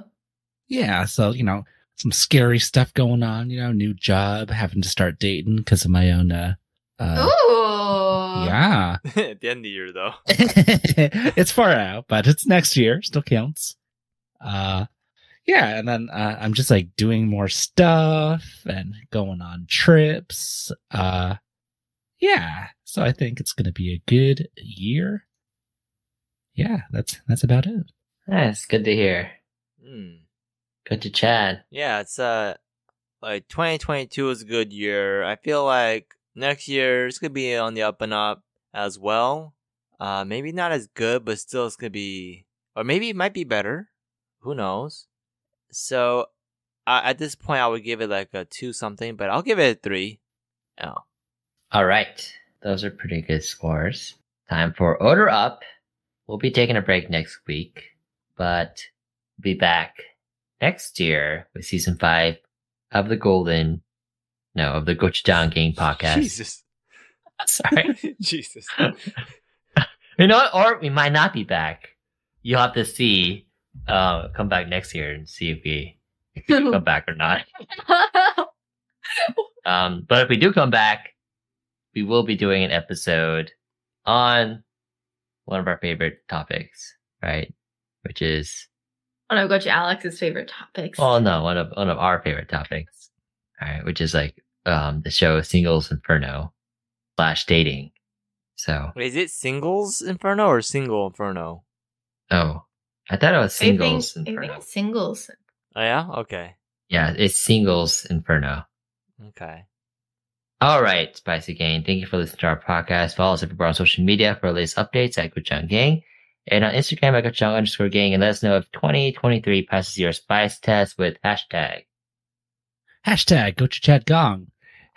Speaker 6: Yeah. So, you know, some scary stuff going on, you know, new job, having to start dating because of my own, uh, uh
Speaker 5: Ooh.
Speaker 6: yeah.
Speaker 3: At the end of the year, though.
Speaker 6: it's far out, but it's next year. Still counts. Uh, yeah. And then, uh, I'm just like doing more stuff and going on trips. Uh, yeah. So I think it's going to be a good year. Yeah. That's, that's about it.
Speaker 1: That's good to hear.
Speaker 3: Hmm.
Speaker 1: Go to Chad.
Speaker 3: Yeah, it's uh like 2022 was a good year. I feel like next year it's gonna be on the up and up as well. Uh, maybe not as good, but still it's gonna be, or maybe it might be better. Who knows? So, uh, at this point, I would give it like a two something, but I'll give it a three. Oh,
Speaker 1: All right. Those are pretty good scores. Time for Order Up. We'll be taking a break next week, but we'll be back next year with season five of the Golden, no, of the Gochujang Gang podcast.
Speaker 3: Jesus,
Speaker 1: Sorry.
Speaker 3: Jesus.
Speaker 1: You know what? Or we might not be back. You'll have to see. Uh, come back next year and see if we
Speaker 5: Hmm.
Speaker 1: come back or not. Um, but if we do come back, we will be doing an episode on one of our favorite topics, right? Which is,
Speaker 5: I'm gonna go to Alex's favorite topics.
Speaker 1: oh no, one of one of our favorite topics, all right? Which is like um, the show Singles Inferno slash dating. So,
Speaker 3: Wait, is it singles inferno or single inferno?
Speaker 1: oh, I thought it was
Speaker 5: I think-
Speaker 1: Singles
Speaker 5: I think,
Speaker 1: Inferno.
Speaker 5: it's singles.
Speaker 3: Oh yeah, okay,
Speaker 1: yeah, it's Singles Inferno.
Speaker 3: okay.
Speaker 1: All right, Spicy Gang. Thank you for listening to our podcast. Follow us everywhere on social media for our latest updates at Gochang Gang and on Instagram at Gochang underscore gang. And let us know if 2023 passes your spice test with hashtag.
Speaker 4: Hashtag go to Chad Gong.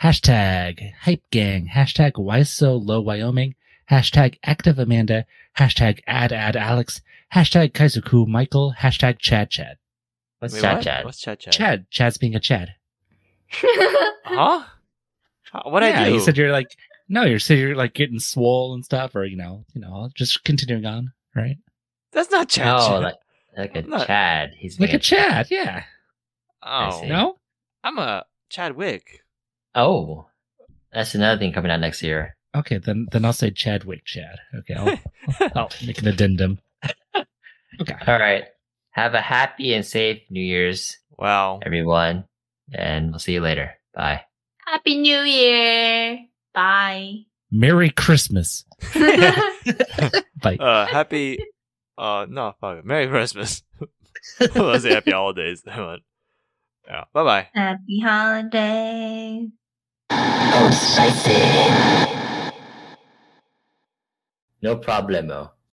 Speaker 4: Hashtag hype gang. Hashtag why so low Wyoming. Hashtag active Amanda. Hashtag ad ad Alex. Hashtag Kaizuku Michael. Hashtag Chad Chad.
Speaker 1: What's
Speaker 3: Wait,
Speaker 1: Chad
Speaker 3: what?
Speaker 1: Chad?
Speaker 3: What's chat chat?
Speaker 4: Chad. Chad's being a Chad.
Speaker 3: Huh? What
Speaker 4: yeah,
Speaker 3: I do?
Speaker 4: You said you're like no, you're said you're like getting swole and stuff, or you know, you know, just continuing on, right?
Speaker 3: That's not chat.
Speaker 1: Oh,
Speaker 3: chat.
Speaker 1: like, like a
Speaker 3: I'm not-
Speaker 1: Chad. He's
Speaker 4: Like
Speaker 1: being
Speaker 4: a Chad, yeah.
Speaker 1: I
Speaker 3: oh,
Speaker 1: see.
Speaker 4: No,
Speaker 3: I'm a Chadwick.
Speaker 1: Oh, that's another thing coming out next year.
Speaker 4: okay, then then I'll say Chadwick Chad. Okay, I'll,
Speaker 1: Oh.
Speaker 4: I'll make an addendum. Okay,
Speaker 1: All right. Have a happy and safe New Year's,
Speaker 3: Wow.
Speaker 1: everyone. And we'll see you later. Bye.
Speaker 5: Happy New Year. Bye.
Speaker 4: Merry Christmas. Bye.
Speaker 3: Uh, happy. Uh, no, fuck it. Merry Christmas. Let's say happy holidays. yeah. Bye bye.
Speaker 5: Happy holidays.
Speaker 1: No problemo.